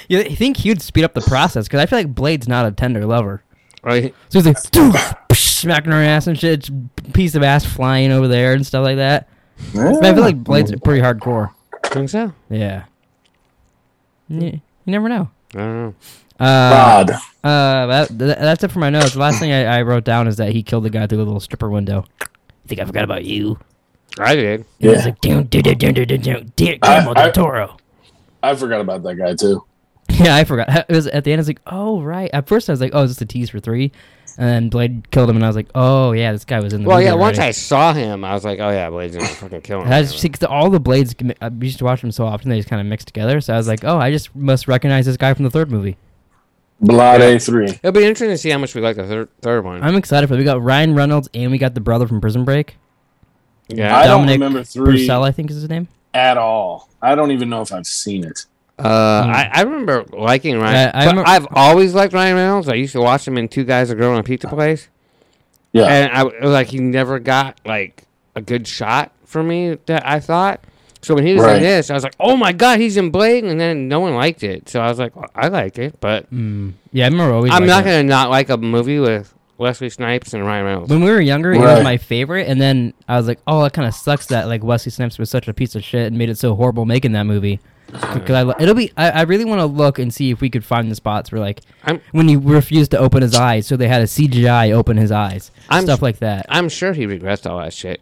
Speaker 1: You think he'd speed up the process? Because I feel like Blade's not a tender lover.
Speaker 3: Right?
Speaker 1: So he's like "Doof," smacking her ass and shit, piece of ass flying over there and stuff like that. But I feel like Blade's pretty hardcore.
Speaker 3: Think so?
Speaker 1: Yeah. You, you never know.
Speaker 3: I don't know.
Speaker 1: Uh,
Speaker 2: God.
Speaker 1: uh, that, th- that's it for my notes. The last thing I, I wrote down is that he killed the guy through the little stripper window. I think I forgot about you.
Speaker 3: I did.
Speaker 1: And yeah. It's
Speaker 2: Yeah.
Speaker 1: like doom doom doom doom doom doom doom. Dear
Speaker 2: I-
Speaker 1: Guillermo del
Speaker 2: I-
Speaker 1: Toro.
Speaker 2: I forgot about that guy too.
Speaker 1: Yeah, I forgot. It was at the end. I was like, oh right. At first, I was like, oh, is this a tease for three? And then Blade killed him, and I was like, oh yeah, this guy was in the.
Speaker 3: Well,
Speaker 1: movie
Speaker 3: yeah. Once I
Speaker 1: already.
Speaker 3: saw him, I was like, "Oh yeah, Blade's gonna fucking kill him."
Speaker 1: And I just, see, 'cause all the blades, can- uh, you just watch them so often, they just kind of mix together. So I was like, oh, I just must recognize this guy from the third movie.
Speaker 2: Blood A3.
Speaker 3: It'll be interesting to see how much we like the third third one.
Speaker 1: I'm excited for it. We got Ryan Reynolds, and we got the brother from Prison Break.
Speaker 3: yeah.
Speaker 2: I don't
Speaker 1: Dominic
Speaker 2: remember three
Speaker 1: Brucella, I think is his name.
Speaker 2: at all. I don't even know if I've seen it.
Speaker 3: Uh, I, I remember liking Ryan.
Speaker 1: Yeah, I
Speaker 3: but
Speaker 1: remember-
Speaker 3: I've always liked Ryan Reynolds. I used to watch him in Two Guys, a Girl, and a
Speaker 1: Uh,
Speaker 3: Pizza Place,
Speaker 2: Yeah.
Speaker 3: and I was like, he never got like a good shot for me that I thought. So when he was
Speaker 2: Right.
Speaker 3: in this, I was like, "Oh my god, he's in Blade!" And then no one liked it, so I was like, well, "I like it," but
Speaker 1: Mm-hmm. Yeah, I remember always.
Speaker 3: I'm
Speaker 1: liking
Speaker 3: not
Speaker 1: it.
Speaker 3: gonna not like a movie with Wesley Snipes and Ryan Reynolds.
Speaker 1: When we were younger, it was
Speaker 2: Right.
Speaker 1: my favorite, and then I was like, "Oh, it kind of sucks that like Wesley Snipes was such a piece of shit and made it so horrible making that movie." Because I, lo- it'll be, I, I really want to look and see if we could find the spots where like
Speaker 3: I'm-
Speaker 1: when he refused to open his eyes, so they had a CGI open his eyes,
Speaker 3: I'm-
Speaker 1: stuff like that.
Speaker 3: I'm sure he regrets all that shit.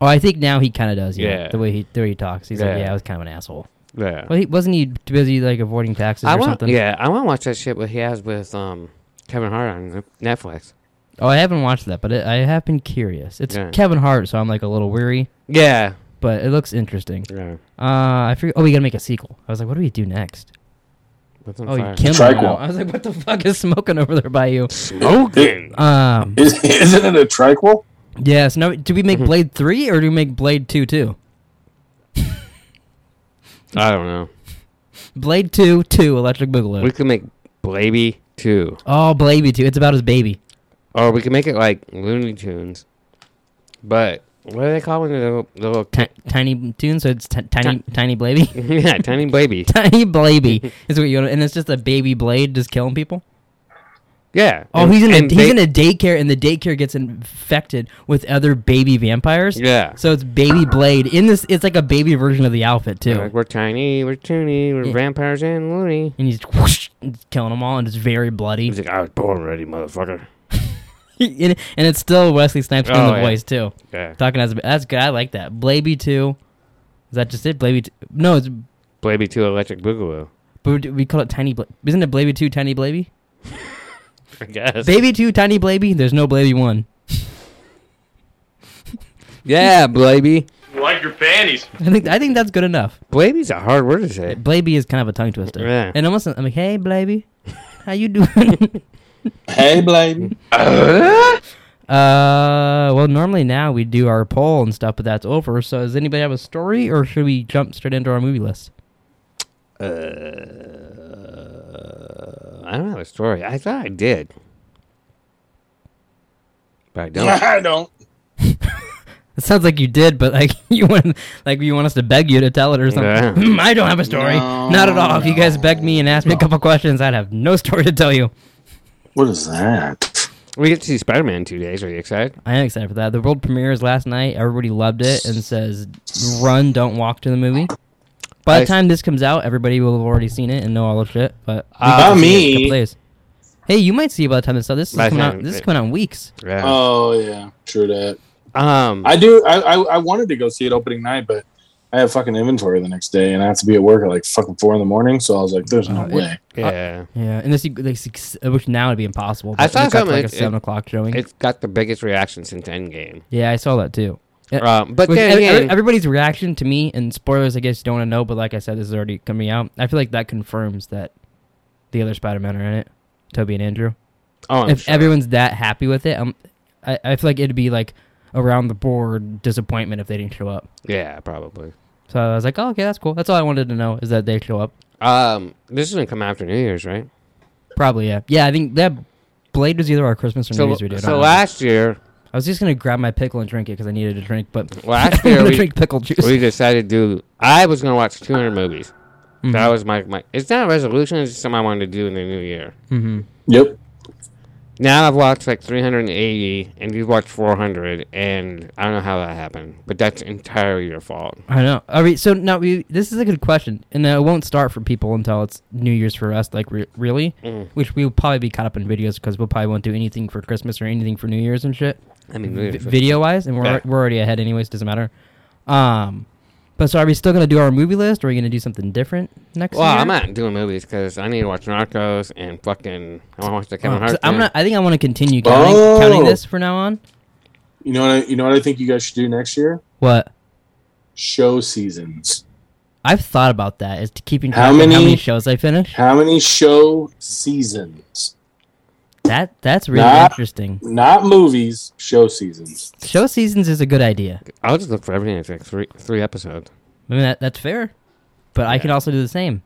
Speaker 1: oh, I think now he kind of does. Yeah,
Speaker 3: Yeah.
Speaker 1: the way he the way he talks, he's like,
Speaker 3: Yeah.
Speaker 1: "Yeah, I was kind of an asshole."
Speaker 3: Yeah,
Speaker 1: Well, he wasn't he busy like avoiding taxes
Speaker 3: I
Speaker 1: or
Speaker 3: want.
Speaker 1: something?
Speaker 3: Yeah, I want to watch that shit what he has with um Kevin Hart on Netflix.
Speaker 1: Oh, I haven't watched that, but it, I have been curious. It's
Speaker 3: Yeah.
Speaker 1: Kevin Hart, so I'm like a little weary,
Speaker 3: Yeah.
Speaker 1: but it looks interesting.
Speaker 3: Yeah.
Speaker 1: Uh, I forget. Oh, we gotta make a sequel. I was like, what do we do next?
Speaker 3: That's on
Speaker 1: Oh, you
Speaker 3: fire.
Speaker 1: kindled
Speaker 2: Triquel.
Speaker 1: now. I was like, what the fuck is smoking over there by you?
Speaker 3: Oh. smoking.
Speaker 1: Um,
Speaker 2: Is, isn't it a triquel?
Speaker 1: yeah. So now, do we make Blade three or do we make Blade two too?
Speaker 3: I don't know.
Speaker 1: Blade two, two Electric Boogaloo.
Speaker 3: We could make Blaby two,
Speaker 1: oh, Blade two. It's about his baby.
Speaker 3: or we could make it like Looney Tunes. But what do they call when they're little, little
Speaker 1: Ti- tiny tune, so it's t- tiny, tiny Blaby.
Speaker 3: yeah tiny baby?
Speaker 1: tiny Blaby is what you want, and it's just a baby Blade just killing people.
Speaker 3: Yeah.
Speaker 1: Oh,
Speaker 3: And-
Speaker 1: he's in a
Speaker 3: and
Speaker 1: he's
Speaker 3: ba-
Speaker 1: in a daycare, and the daycare gets infected with other baby vampires.
Speaker 3: Yeah.
Speaker 1: So it's baby Blade in this. It's like a baby version of the outfit too.
Speaker 3: Like, we're tiny, we're toony, we're
Speaker 1: Yeah.
Speaker 3: vampires and loony.
Speaker 1: and he's whoosh, and it's killing them all, and it's very bloody.
Speaker 3: He's like, I was born ready, motherfucker.
Speaker 1: and, and it's still Wesley Snipes doing
Speaker 3: Oh,
Speaker 1: the
Speaker 3: yeah.
Speaker 1: voice too,
Speaker 3: Yeah.
Speaker 1: talking as a, that's good. I like that. Blaby two, is that just it? Blaby two? No, it's
Speaker 3: Blaby two electric boogaloo.
Speaker 1: but we call it Tiny. Bla- Isn't it Blaby two? Tiny Blaby?
Speaker 3: I guess.
Speaker 1: Baby two, Tiny Blaby. There's no Blaby one.
Speaker 3: yeah, Blaby.
Speaker 4: Like your panties.
Speaker 1: I think I think that's good enough.
Speaker 3: Blaby's a hard word to say.
Speaker 1: Blaby is kind of a tongue twister.
Speaker 3: Yeah.
Speaker 1: And almost I'm like, hey Blaby, how you doing?
Speaker 2: Hey, Blade.
Speaker 1: uh, well, normally now we do our poll and stuff, but that's over. So does anybody have a story, or should we jump straight into our movie list?
Speaker 3: I don't have a story. I thought I did. But I don't.
Speaker 2: I don't.
Speaker 1: It sounds like you did, but like you want, like you want us to beg you to tell it or something.
Speaker 3: Yeah.
Speaker 1: "Hmm, I don't have a story, not at all. If you guys begged me and asked me a couple questions, I'd have no story to tell you.
Speaker 2: What is that?
Speaker 3: we get to see Spider Man in two days. Are you excited?
Speaker 1: I am excited for that. The world premiere is last night. Everybody loved it and says, "Run, don't walk" to the movie. By the
Speaker 3: I-
Speaker 1: time this comes out, everybody will have already seen it and know all the shit. But we
Speaker 3: Uh,
Speaker 1: got to see it in a
Speaker 2: me.
Speaker 1: couple days. Hey, you might see it by the time this out. This is
Speaker 3: By the
Speaker 1: coming out.
Speaker 3: time
Speaker 1: This is
Speaker 3: it-
Speaker 1: coming out in weeks.
Speaker 3: Yeah.
Speaker 2: Oh, yeah. True that.
Speaker 3: um,
Speaker 2: I do. I, I, I wanted to go see it opening night, but I have fucking inventory the next day and I have to be at work at like fucking four in the morning. So I was like, "Oh, there's no
Speaker 1: Uh,
Speaker 2: way.
Speaker 3: yeah.
Speaker 1: Yeah, and this like, six- which now would be impossible. but
Speaker 3: I saw
Speaker 1: it got to,
Speaker 3: something,
Speaker 1: like a
Speaker 3: it-
Speaker 1: seven o'clock showing.
Speaker 3: It's got the biggest reaction since Endgame.
Speaker 1: Yeah, I saw that too. Yeah.
Speaker 3: Um, but
Speaker 1: Like,
Speaker 3: then
Speaker 1: every-
Speaker 3: again,
Speaker 1: everybody's reaction to me and spoilers, I guess you don't want to know, but like I said, this is already coming out. I feel like that confirms that the other Spider-Man are in it, Toby and Andrew.
Speaker 3: oh, I'm
Speaker 1: if
Speaker 3: sure.
Speaker 1: everyone's that happy with it, um, I, I feel like it'd be like around the board disappointment if they didn't show up.
Speaker 3: yeah, probably.
Speaker 1: So I was like, oh, okay, that's cool. That's all I wanted to know is that they show up.
Speaker 3: Um, this is gonna come after New Year's, right?
Speaker 1: Probably, yeah, yeah. I think that Blade was either our Christmas or New
Speaker 3: So,
Speaker 1: Year's video.
Speaker 3: so last year,
Speaker 1: I was just gonna grab my pickle and drink it because I needed a drink, but
Speaker 3: Last
Speaker 1: I'm
Speaker 3: year
Speaker 1: gonna
Speaker 3: we-
Speaker 1: drink pickle juice.
Speaker 3: we decided to. do- I was gonna watch 200 movies.
Speaker 1: Mm-hmm.
Speaker 3: That was my my. It's not a resolution. It's just something I wanted to do in the new year.
Speaker 2: Yep.
Speaker 3: Now I've watched like 380, and you've watched 400, and I don't know how that happened, but that's entirely your fault.
Speaker 1: I know. All right, so now we this is a good question, and it won't start for people until it's New Year's for us, like re- really,
Speaker 3: Mm.
Speaker 1: which we'll probably be caught up in videos because we'll probably won't do anything for Christmas or anything for New Year's and shit,
Speaker 3: I mean, really, it's-
Speaker 1: video wise, and we're
Speaker 3: Yeah.
Speaker 1: we're already ahead anyways. Doesn't matter. Um, but so are we still gonna do our movie list, or are we gonna do something different next?
Speaker 3: Well,
Speaker 1: year?
Speaker 3: I'm not doing movies because I need to watch Narcos and fucking. I want to watch the
Speaker 1: Oh,
Speaker 3: Kevin Hart.
Speaker 1: so I'm
Speaker 3: thing.
Speaker 1: gonna. I think I want to continue counting,
Speaker 2: Oh.
Speaker 1: counting this for now on.
Speaker 2: You know what? I, you know what I think you guys should do next year?
Speaker 1: What
Speaker 2: Show seasons.
Speaker 1: I've thought about that is to keeping track
Speaker 2: How
Speaker 1: of how many
Speaker 2: many-
Speaker 1: shows I finish.
Speaker 2: How many show seasons?
Speaker 1: That that's really
Speaker 2: Nah.
Speaker 1: interesting.
Speaker 2: Not movies. Show seasons.
Speaker 1: Show seasons is a good idea.
Speaker 3: I'll just look for everything. It's like three three episodes.
Speaker 1: I mean, that, that's fair. But I could also do the same.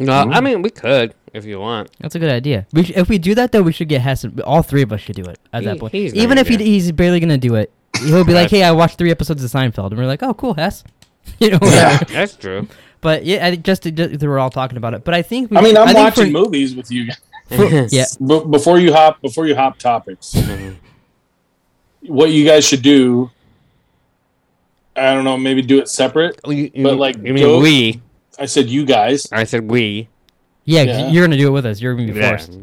Speaker 3: No, I mean we could if you want.
Speaker 1: That's a good idea. We sh- if we do that, though, we should get Hess. All three of us should do it at that
Speaker 3: He-
Speaker 1: point.
Speaker 3: he's
Speaker 1: Even
Speaker 3: not
Speaker 1: if he,
Speaker 3: gonna.
Speaker 1: he's barely going to do it, he'll be like, hey, I watched three episodes of Seinfeld. And we're like, oh, cool, Hess. You know, whatever.
Speaker 3: That's true.
Speaker 1: but yeah, I, think just, to- just we were all talking about it. But I think we
Speaker 2: I mean, I'm
Speaker 1: think
Speaker 2: watching
Speaker 1: for-
Speaker 2: movies with you guys.
Speaker 1: Yeah,
Speaker 2: Be- before you hop, before you hop topics, what you guys should do. I don't know. Maybe do it separate.
Speaker 3: You, you,
Speaker 2: But, like,
Speaker 3: you mean
Speaker 2: go-
Speaker 3: we?
Speaker 2: I said you guys.
Speaker 3: I said we.
Speaker 1: yeah, 'cause
Speaker 2: Yeah.
Speaker 1: you're going to do it with us. You're going to be
Speaker 3: Yeah.
Speaker 1: forced.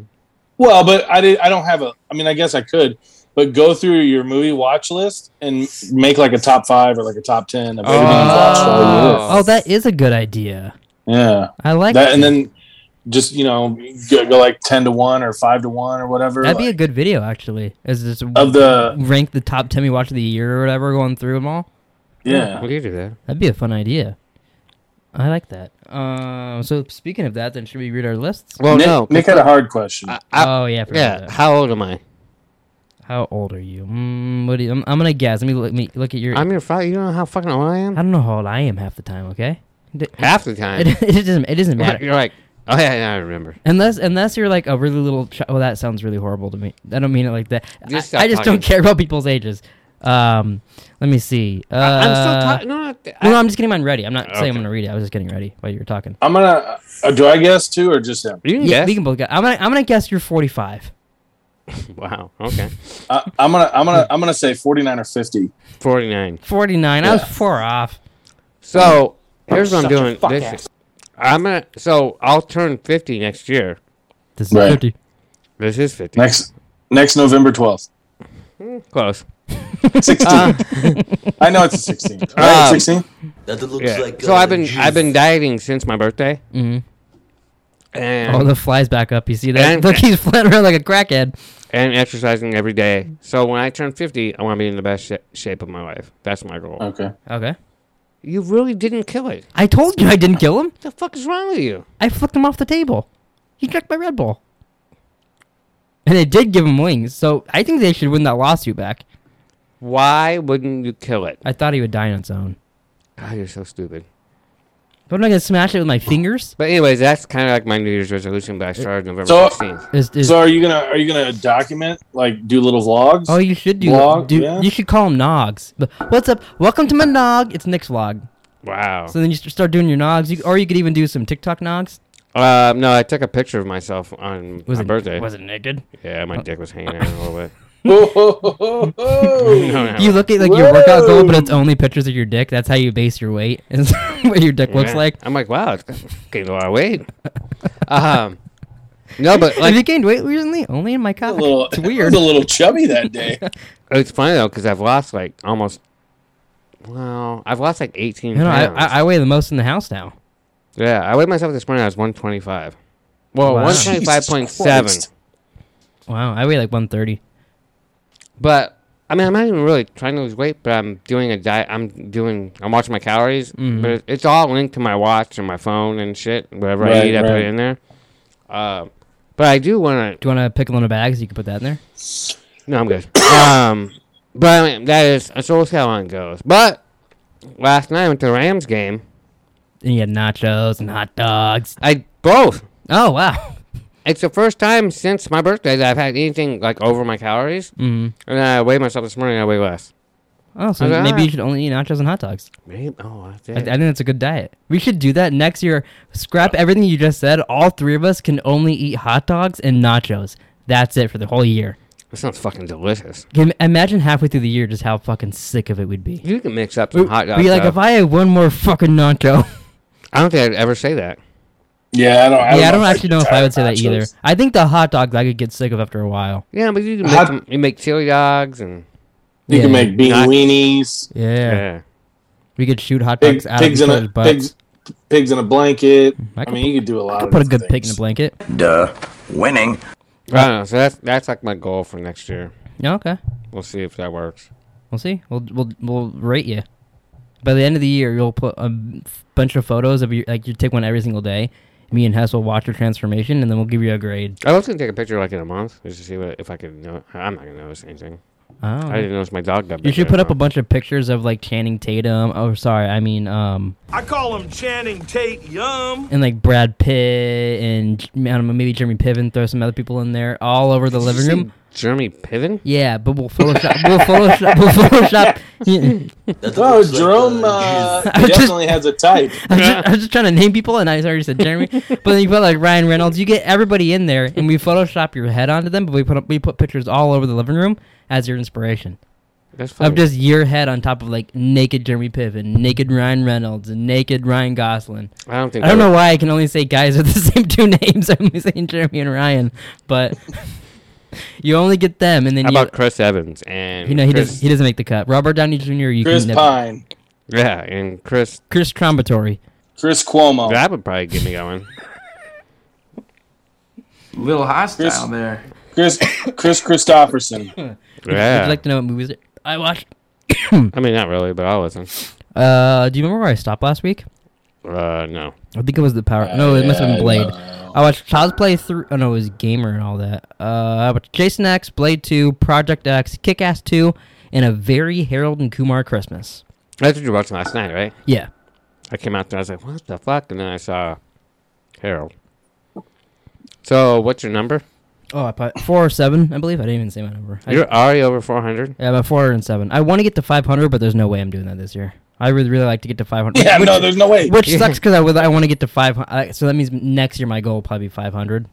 Speaker 2: Well, but I did. I don't have a. I mean, I guess I could, but go through your movie watch list and make like a top five or like a top ten of everything you've watched all year.
Speaker 1: Oh, that is a good idea.
Speaker 2: Yeah,
Speaker 1: I like
Speaker 2: that, and then just you know go, go like ten to one or five to one or whatever.
Speaker 1: That'd be a
Speaker 2: like,
Speaker 1: good video, actually. Is just
Speaker 2: of the
Speaker 1: rank the top 10 we watched of the year or whatever, going through them all.
Speaker 2: yeah.
Speaker 3: We could do that.
Speaker 1: That'd be a fun idea. I like that. Um, so speaking of that, then should we read our lists?
Speaker 3: Well,
Speaker 2: Nick,
Speaker 3: Oh, no.
Speaker 2: Nick had a hard question.
Speaker 3: I-
Speaker 1: oh yeah, I forgot
Speaker 3: yeah.
Speaker 1: that.
Speaker 3: How old am I?
Speaker 1: How old are you? Mm, what do you, I'm, I'm gonna guess. Let me look, me look at your.
Speaker 3: I'm your father. You don't know how fucking old I
Speaker 1: I
Speaker 3: am.
Speaker 1: don't know how old I am half the time. Okay. D-
Speaker 3: Half the time.
Speaker 1: It, it doesn't. It doesn't matter.
Speaker 3: You're like, oh yeah, yeah, I remember.
Speaker 1: Unless, unless you're like a really little. Ch- oh, that sounds really horrible to me. I don't mean it like that. I-
Speaker 3: Just
Speaker 1: I,
Speaker 3: stop
Speaker 1: just don't
Speaker 3: talking.
Speaker 1: care about people's ages. Um, let me see. Uh,
Speaker 3: I'm still talking. No, no,
Speaker 1: No, no,
Speaker 3: I-
Speaker 1: I'm just getting mine ready. I'm not saying I'm
Speaker 3: Okay.
Speaker 1: gonna read it. I was just getting ready while you were talking.
Speaker 2: I'm gonna. Uh, do I guess too or just him?
Speaker 3: you can
Speaker 1: Yeah,
Speaker 3: guess.
Speaker 1: we can both. Guess. I'm gonna. I'm gonna guess you're 45.
Speaker 3: Wow. Okay.
Speaker 2: I, I'm gonna. I'm gonna. I'm gonna say forty nine or fifty.
Speaker 3: Forty nine.
Speaker 1: 49. I was four off.
Speaker 3: So here's what I'm
Speaker 10: Such a
Speaker 3: doing.
Speaker 10: fuck
Speaker 3: This
Speaker 10: ass.
Speaker 3: I'm gonna. So I'll turn fifty next year.
Speaker 1: This is
Speaker 2: Right.
Speaker 1: 50.
Speaker 3: This is fifty.
Speaker 2: Next. Next November twelfth.
Speaker 3: Close.
Speaker 2: Sixteen. I know it's a sixteen.
Speaker 3: Um,
Speaker 2: Sixteen.
Speaker 7: That looks
Speaker 3: Yeah.
Speaker 7: like.
Speaker 3: so
Speaker 7: uh,
Speaker 3: I've been
Speaker 7: jizz.
Speaker 3: I've been dieting since my birthday. Mm-hmm. And
Speaker 1: Oh, the flies back up. You see that?
Speaker 3: And-
Speaker 1: Look, he's flying around like a crackhead.
Speaker 3: and exercising every day. So when I turn fifty, I want to be in the best sh- shape of my life. That's my goal.
Speaker 2: Okay.
Speaker 1: Okay.
Speaker 3: You really didn't kill it.
Speaker 1: I told you I didn't kill him.
Speaker 3: What the fuck is wrong with you?
Speaker 1: I flicked him off the table. He drank my Red Bull. And they did give him wings, so I think they should win that lawsuit back.
Speaker 3: Why wouldn't you kill it?
Speaker 1: I thought he would die on his own.
Speaker 3: Oh, you're so stupid.
Speaker 1: But I'm not gonna smash it with my fingers.
Speaker 3: But anyways, that's kind of like my New Year's resolution. But I started November
Speaker 2: So-
Speaker 3: sixteenth.
Speaker 1: Is, is,
Speaker 2: So are you gonna are you gonna document like do little vlogs?
Speaker 1: oh, you should do.
Speaker 2: Vlog,
Speaker 1: do
Speaker 2: yeah.
Speaker 1: You should call him Nogs. But what's up? Welcome to my Nog. It's Nick's vlog.
Speaker 3: Wow.
Speaker 1: So then you st- start doing your Nogs, you, or you could even do some TikTok Nogs.
Speaker 3: Uh, no, I took a picture of myself on
Speaker 1: Was
Speaker 3: my
Speaker 1: it-
Speaker 3: birthday.
Speaker 1: Was it naked?
Speaker 3: Yeah, my dick was hanging out a little bit.
Speaker 2: Whoa.
Speaker 3: No, no,
Speaker 1: You look at like your workout goal,
Speaker 2: Whoa.
Speaker 1: but it's only pictures of your dick. That's how you base your weight is what your dick looks
Speaker 3: yeah.
Speaker 1: like.
Speaker 3: I'm like, wow, it's gained a lot of weight. um, no, but
Speaker 1: Have you
Speaker 3: like,
Speaker 1: gained weight recently? Only in my cock.
Speaker 2: a little,
Speaker 1: it's
Speaker 2: I
Speaker 1: weird.
Speaker 2: was a little chubby that day.
Speaker 3: it's funny though because I've lost like almost. Well, I've lost like 18
Speaker 1: You know, I,
Speaker 3: pounds.
Speaker 1: I, I weigh the most in the house now.
Speaker 3: yeah, I weighed myself this morning. I was 125. Well,
Speaker 1: Wow.
Speaker 2: Jesus
Speaker 3: 125.7.
Speaker 1: Wow, I weigh like 130.
Speaker 3: But I mean, I'm not even really trying to lose weight, but I'm doing a diet. I'm doing. I'm watching my calories, but it, it's all linked to my watch and my phone and shit. Whatever I
Speaker 2: Right,
Speaker 3: eat, I put
Speaker 2: right.
Speaker 3: it in there. Uh, but I do want to.
Speaker 1: Do you want a pickle in a bag so you can put that in there?
Speaker 3: No, I'm good. um, but I mean, that is that's also how it goes. But last night I went to the Rams game.
Speaker 1: And you had nachos and hot dogs.
Speaker 3: I both.
Speaker 1: Oh, wow.
Speaker 3: It's the first time since my birthday that I've had anything like over my calories. Mm-hmm. And I weighed myself this morning. I weigh less.
Speaker 1: Oh, so
Speaker 3: Okay,
Speaker 1: maybe you
Speaker 3: alright.
Speaker 1: should only eat nachos and hot dogs.
Speaker 3: Maybe. Oh,
Speaker 1: I,
Speaker 3: I
Speaker 1: I
Speaker 3: did.
Speaker 1: think that's a good diet. We should do that next year. Scrap everything you just said. All three of us can only eat hot dogs and nachos. That's it for the whole year.
Speaker 3: That sounds fucking delicious.
Speaker 1: Can- Imagine halfway through the year just how fucking sick of it we'd be.
Speaker 3: You can mix up some hot dogs.
Speaker 1: Be like, if I had one more fucking nacho.
Speaker 3: I don't think I'd ever say that.
Speaker 2: Yeah, I don't. I
Speaker 1: yeah, I don't
Speaker 2: if
Speaker 1: actually know if I would say that either. I think the hot dogs I could get sick of after a while.
Speaker 3: Yeah, but you can make
Speaker 2: Hot-
Speaker 3: them, you make chili dogs and
Speaker 2: You can
Speaker 1: Yeah.
Speaker 2: make bean
Speaker 3: Not-
Speaker 2: weenies,
Speaker 1: Yeah.
Speaker 3: yeah.
Speaker 1: we could shoot hot
Speaker 2: pig,
Speaker 1: dogs out
Speaker 2: pigs
Speaker 1: of
Speaker 2: in
Speaker 1: each other's
Speaker 2: a
Speaker 1: butts.
Speaker 2: pigs, pigs in a blanket.
Speaker 1: I
Speaker 2: I,
Speaker 1: could
Speaker 2: mean, you could do a lot. of
Speaker 1: Put a good
Speaker 2: things.
Speaker 1: pig in a blanket.
Speaker 8: Duh. Winning.
Speaker 3: I don't know. So that's that's like my goal for next year.
Speaker 1: Yeah, okay.
Speaker 3: We'll see if that works.
Speaker 1: We'll see. We'll we'll we'll rate you. By the end of the year, you'll put a bunch of photos of your like you take one every single day. Me and Hess will watch your transformation, and then we'll give you a grade.
Speaker 3: I was gonna take a picture like in a month just to see what, if I could. know I'm not gonna notice anything.
Speaker 1: Oh,
Speaker 3: I didn't notice my dog got.
Speaker 1: you should
Speaker 3: bigger,
Speaker 1: put up
Speaker 3: so-
Speaker 1: a bunch of pictures of like Channing Tatum. Oh, sorry, I mean um
Speaker 8: I call him Channing Tate Yum.
Speaker 1: and like Brad Pitt and J- I don't know maybe Jeremy Piven. Throw some other people in there all over the
Speaker 3: Did you
Speaker 1: living
Speaker 3: say
Speaker 1: room.
Speaker 3: Jeremy Piven.
Speaker 1: Yeah, but we'll Photoshop. we'll Photoshop. We'll Photoshop.
Speaker 7: Nothing
Speaker 2: Oh,
Speaker 7: looks like,
Speaker 2: Jerome
Speaker 7: uh,
Speaker 2: uh,
Speaker 7: jizz.
Speaker 1: I was just-
Speaker 2: definitely has a type.
Speaker 1: I'm just, I'm just trying to name people, and I already said Jeremy. but then you put like Ryan Reynolds. You get everybody in there, and we Photoshop your head onto them. But we put up, we put pictures all over the living room as your inspiration
Speaker 3: That's funny.
Speaker 1: of just your head on top of like naked Jeremy Piven, naked Ryan Reynolds, and naked Ryan Gosling.
Speaker 3: I don't think.
Speaker 1: I don't
Speaker 3: that
Speaker 1: know why I can only say guys with the same two names. I'm only saying Jeremy and Ryan, but you only get them, and then
Speaker 3: How
Speaker 1: you,
Speaker 3: about Chris Evans and
Speaker 1: you know he
Speaker 3: Chris,
Speaker 1: does he doesn't make the cut. Robert Downey Jr. You
Speaker 2: Chris
Speaker 1: can never-
Speaker 2: Pine,
Speaker 3: yeah and Chris
Speaker 1: Chris Trombatory.
Speaker 2: Chris Cuomo.
Speaker 3: that would probably get me going.
Speaker 5: Little hostile
Speaker 2: Chris-
Speaker 5: there.
Speaker 2: Chris Chris Christopherson.
Speaker 3: yeah,
Speaker 1: Would you like to know what movies I watched?
Speaker 3: I mean not really, but I'll listen.
Speaker 1: Uh, do you remember where I stopped last week?
Speaker 3: Uh, no,
Speaker 1: I think it was the power. No, it must have
Speaker 2: yeah,
Speaker 1: been Blade.
Speaker 2: no.
Speaker 1: I watched Child's Play through. Oh no, it was Gamer and all that. Uh, I watched Jason X, Blade Two, Project X, Kick Ass Two, and a very Harold and Kumar Christmas.
Speaker 3: that's what you watched last night, right?
Speaker 1: Yeah,
Speaker 3: I came out there. I was like, "What the fuck?" And then I saw Harold. So, what's your number?
Speaker 1: Oh, I put four or seven, I believe. I didn't even say my number. I,
Speaker 3: You're already over four hundred.
Speaker 1: yeah, about four and seven. I want to get to five hundred, but there's no way I'm doing that this year. I would really like to get to five hundred.
Speaker 2: Yeah, no, there's no way.
Speaker 1: Which sucks because I would. I want to get to five hundred. So that means next year my goal will probably be five hundred,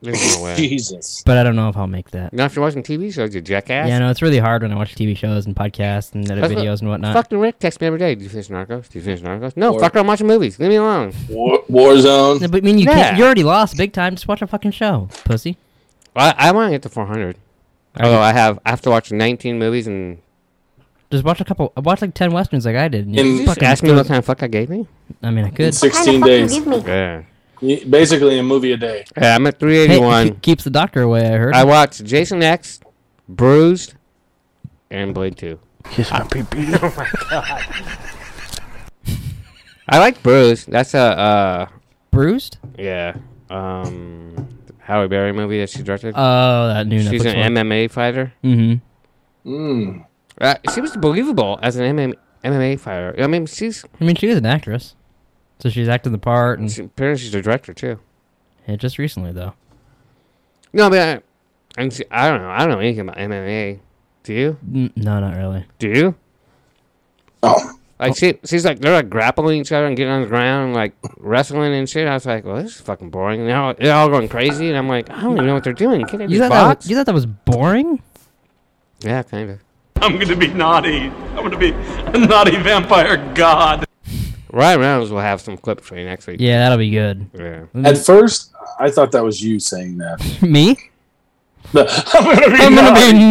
Speaker 3: There's no way.
Speaker 2: Jesus.
Speaker 1: but I don't know if I'll make that.
Speaker 3: Now, if you're watching TV shows, you jackass.
Speaker 1: Yeah, no, it's really hard when I watch TV shows and podcasts and edit
Speaker 3: That's what-
Speaker 1: videos and whatnot.
Speaker 3: Fucking Rick texts me every day. Do you finish Narcos? Do you finish Narcos? No,
Speaker 2: Or-
Speaker 3: fucker, I'm watching movies. Leave me alone.
Speaker 2: War, Warzone.
Speaker 1: No, but I mean, you
Speaker 3: Yeah.
Speaker 1: can't, you already lost big time. Just watch a fucking show, pussy.
Speaker 3: I, I want to get to 400. Although I have, I have to watch 19 movies and
Speaker 1: Just watch a couple. Watch like ten westerns, like I did. and you-
Speaker 2: In-
Speaker 3: you just ask me what kind of fuck I gave me.
Speaker 1: I mean, I could.
Speaker 6: What kind
Speaker 2: 16
Speaker 6: of fuck you
Speaker 2: days.
Speaker 6: give me?
Speaker 3: Yeah,
Speaker 2: Y- Basically, a movie a day.
Speaker 3: yeah I'm at
Speaker 1: Hey,
Speaker 3: 381.
Speaker 1: ke- keeps the doctor away. I heard.
Speaker 3: I watched Jason X, Bruised, and Blade Two. Kiss my pee Oh my god. I like Bruised. That's a uh,
Speaker 1: Bruised.
Speaker 3: yeah, um, Halle Berry movie that she directed.
Speaker 1: Oh, that new
Speaker 3: She's
Speaker 1: Netflix
Speaker 3: an MMA fighter.
Speaker 1: mm-hmm.
Speaker 2: Mm.
Speaker 3: Uh, she was believable as an MMA, MMA fighter. I mean, she's
Speaker 1: I mean, she was an actress, so she's acting the part, and
Speaker 3: she, apparently she's a director too.
Speaker 1: yeah, just recently though.
Speaker 3: No, but I, and she, I don't know. I don't know anything about MMA. Do you?
Speaker 1: N- no, not really.
Speaker 3: Do you?
Speaker 2: Oh,
Speaker 3: Like she, she's like they're like grappling each other and getting on the ground and like wrestling and shit. I was like, well, this is fucking boring. And they're all, they're all going crazy, and I'm like, I don't even know what they're doing. Can they
Speaker 1: You
Speaker 3: do
Speaker 1: thought, that
Speaker 3: box?
Speaker 1: was, you thought that was boring?
Speaker 3: yeah, kind of.
Speaker 4: I'm gonna be naughty. I'm gonna be a naughty vampire god.
Speaker 3: Ryan Reynolds will have some clips for you next week.
Speaker 1: Yeah, that'll be good.
Speaker 3: Yeah.
Speaker 2: at first, I thought that was you saying that.
Speaker 1: Me?
Speaker 2: No, I'm gonna be
Speaker 1: I'm gonna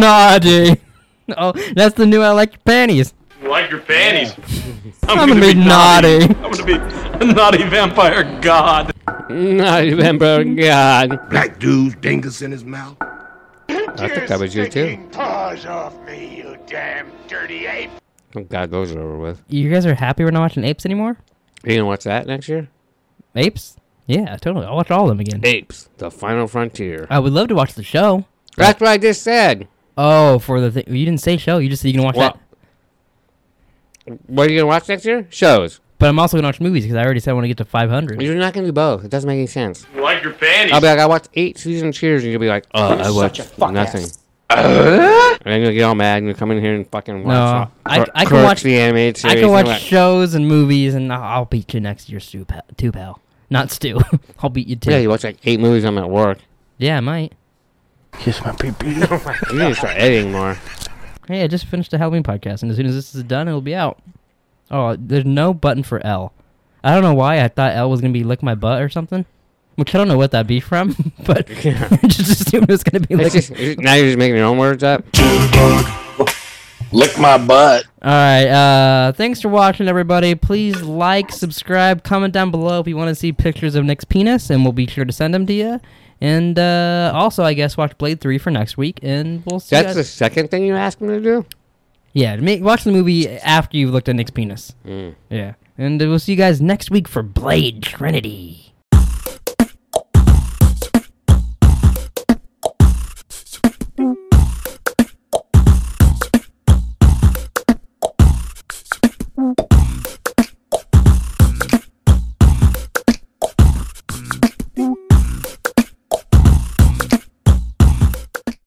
Speaker 1: be
Speaker 2: naughty.
Speaker 1: naughty. Oh, that's the new I like your panties.
Speaker 4: You like your panties?
Speaker 1: I'm gonna be naughty.
Speaker 4: I'm gonna be a naughty vampire god.
Speaker 3: Not remember God.
Speaker 5: Black dude's dingus in his mouth.
Speaker 3: I think that was you too. Oh God, those are over with.
Speaker 1: You guys are happy we're not watching apes anymore?
Speaker 3: You gonna watch that next year?
Speaker 1: Apes? Yeah, totally. I'll watch all of them again.
Speaker 3: Apes: The Final Frontier.
Speaker 1: I would love to watch the show.
Speaker 3: That's what I just said.
Speaker 1: Oh, for the thing. You didn't say show. You just said you can watch
Speaker 3: Well-
Speaker 1: that.
Speaker 3: What are you gonna watch next year? Shows.
Speaker 1: But I'm also going to watch movies because I already said I want to get to 500.
Speaker 3: You're not gonna do both. It doesn't make any sense.
Speaker 4: You like your panties?
Speaker 3: I'll be like, I watched eight season of Cheers, and you'll be like, Oh, I
Speaker 10: You're
Speaker 3: watched
Speaker 10: such a fuck
Speaker 3: nothing.
Speaker 10: ass.
Speaker 3: And then you'll get all mad and you'll come in here and fucking watch. all-
Speaker 1: I-
Speaker 3: Cor-
Speaker 1: I can
Speaker 3: Clerks,
Speaker 1: watch-
Speaker 3: the animated
Speaker 1: I
Speaker 3: series.
Speaker 1: can
Speaker 3: and
Speaker 1: watch
Speaker 3: like-
Speaker 1: shows and movies, and I'll, I'll beat you next year, Stu pal. Two pal. Not Stu. I'll beat you too.
Speaker 3: Yeah,
Speaker 1: Yeah,
Speaker 3: you watch like eight movies. I'm at work.
Speaker 1: I might.
Speaker 3: Kiss my pee-pee. oh my God. You need to start editing more.
Speaker 1: Hey, I just finished the Halloween podcast, and as soon as this is done, it'll be out. Oh, there's no button for L. I don't know why I thought L was gonna be lick my butt or something. Which I don't know what that'd be from, but I just assumed it was gonna be
Speaker 3: It's
Speaker 1: lick.
Speaker 3: just- now you're just making your own words up.
Speaker 2: Lick my butt.
Speaker 1: All right. Uh, thanks for watching, everybody. Please like, subscribe, comment down below if you want to see pictures of Nick's penis, and we'll be sure to send them to you. And uh, also, I guess watch Blade Three for next week, and we'll see.
Speaker 3: That's
Speaker 1: you
Speaker 3: the
Speaker 1: guys-
Speaker 3: second thing you asked me to do?
Speaker 1: yeah. Make, watch the movie after you've looked at Nick's penis. Yeah, and uh, we'll see you guys next week for Blade Trinity.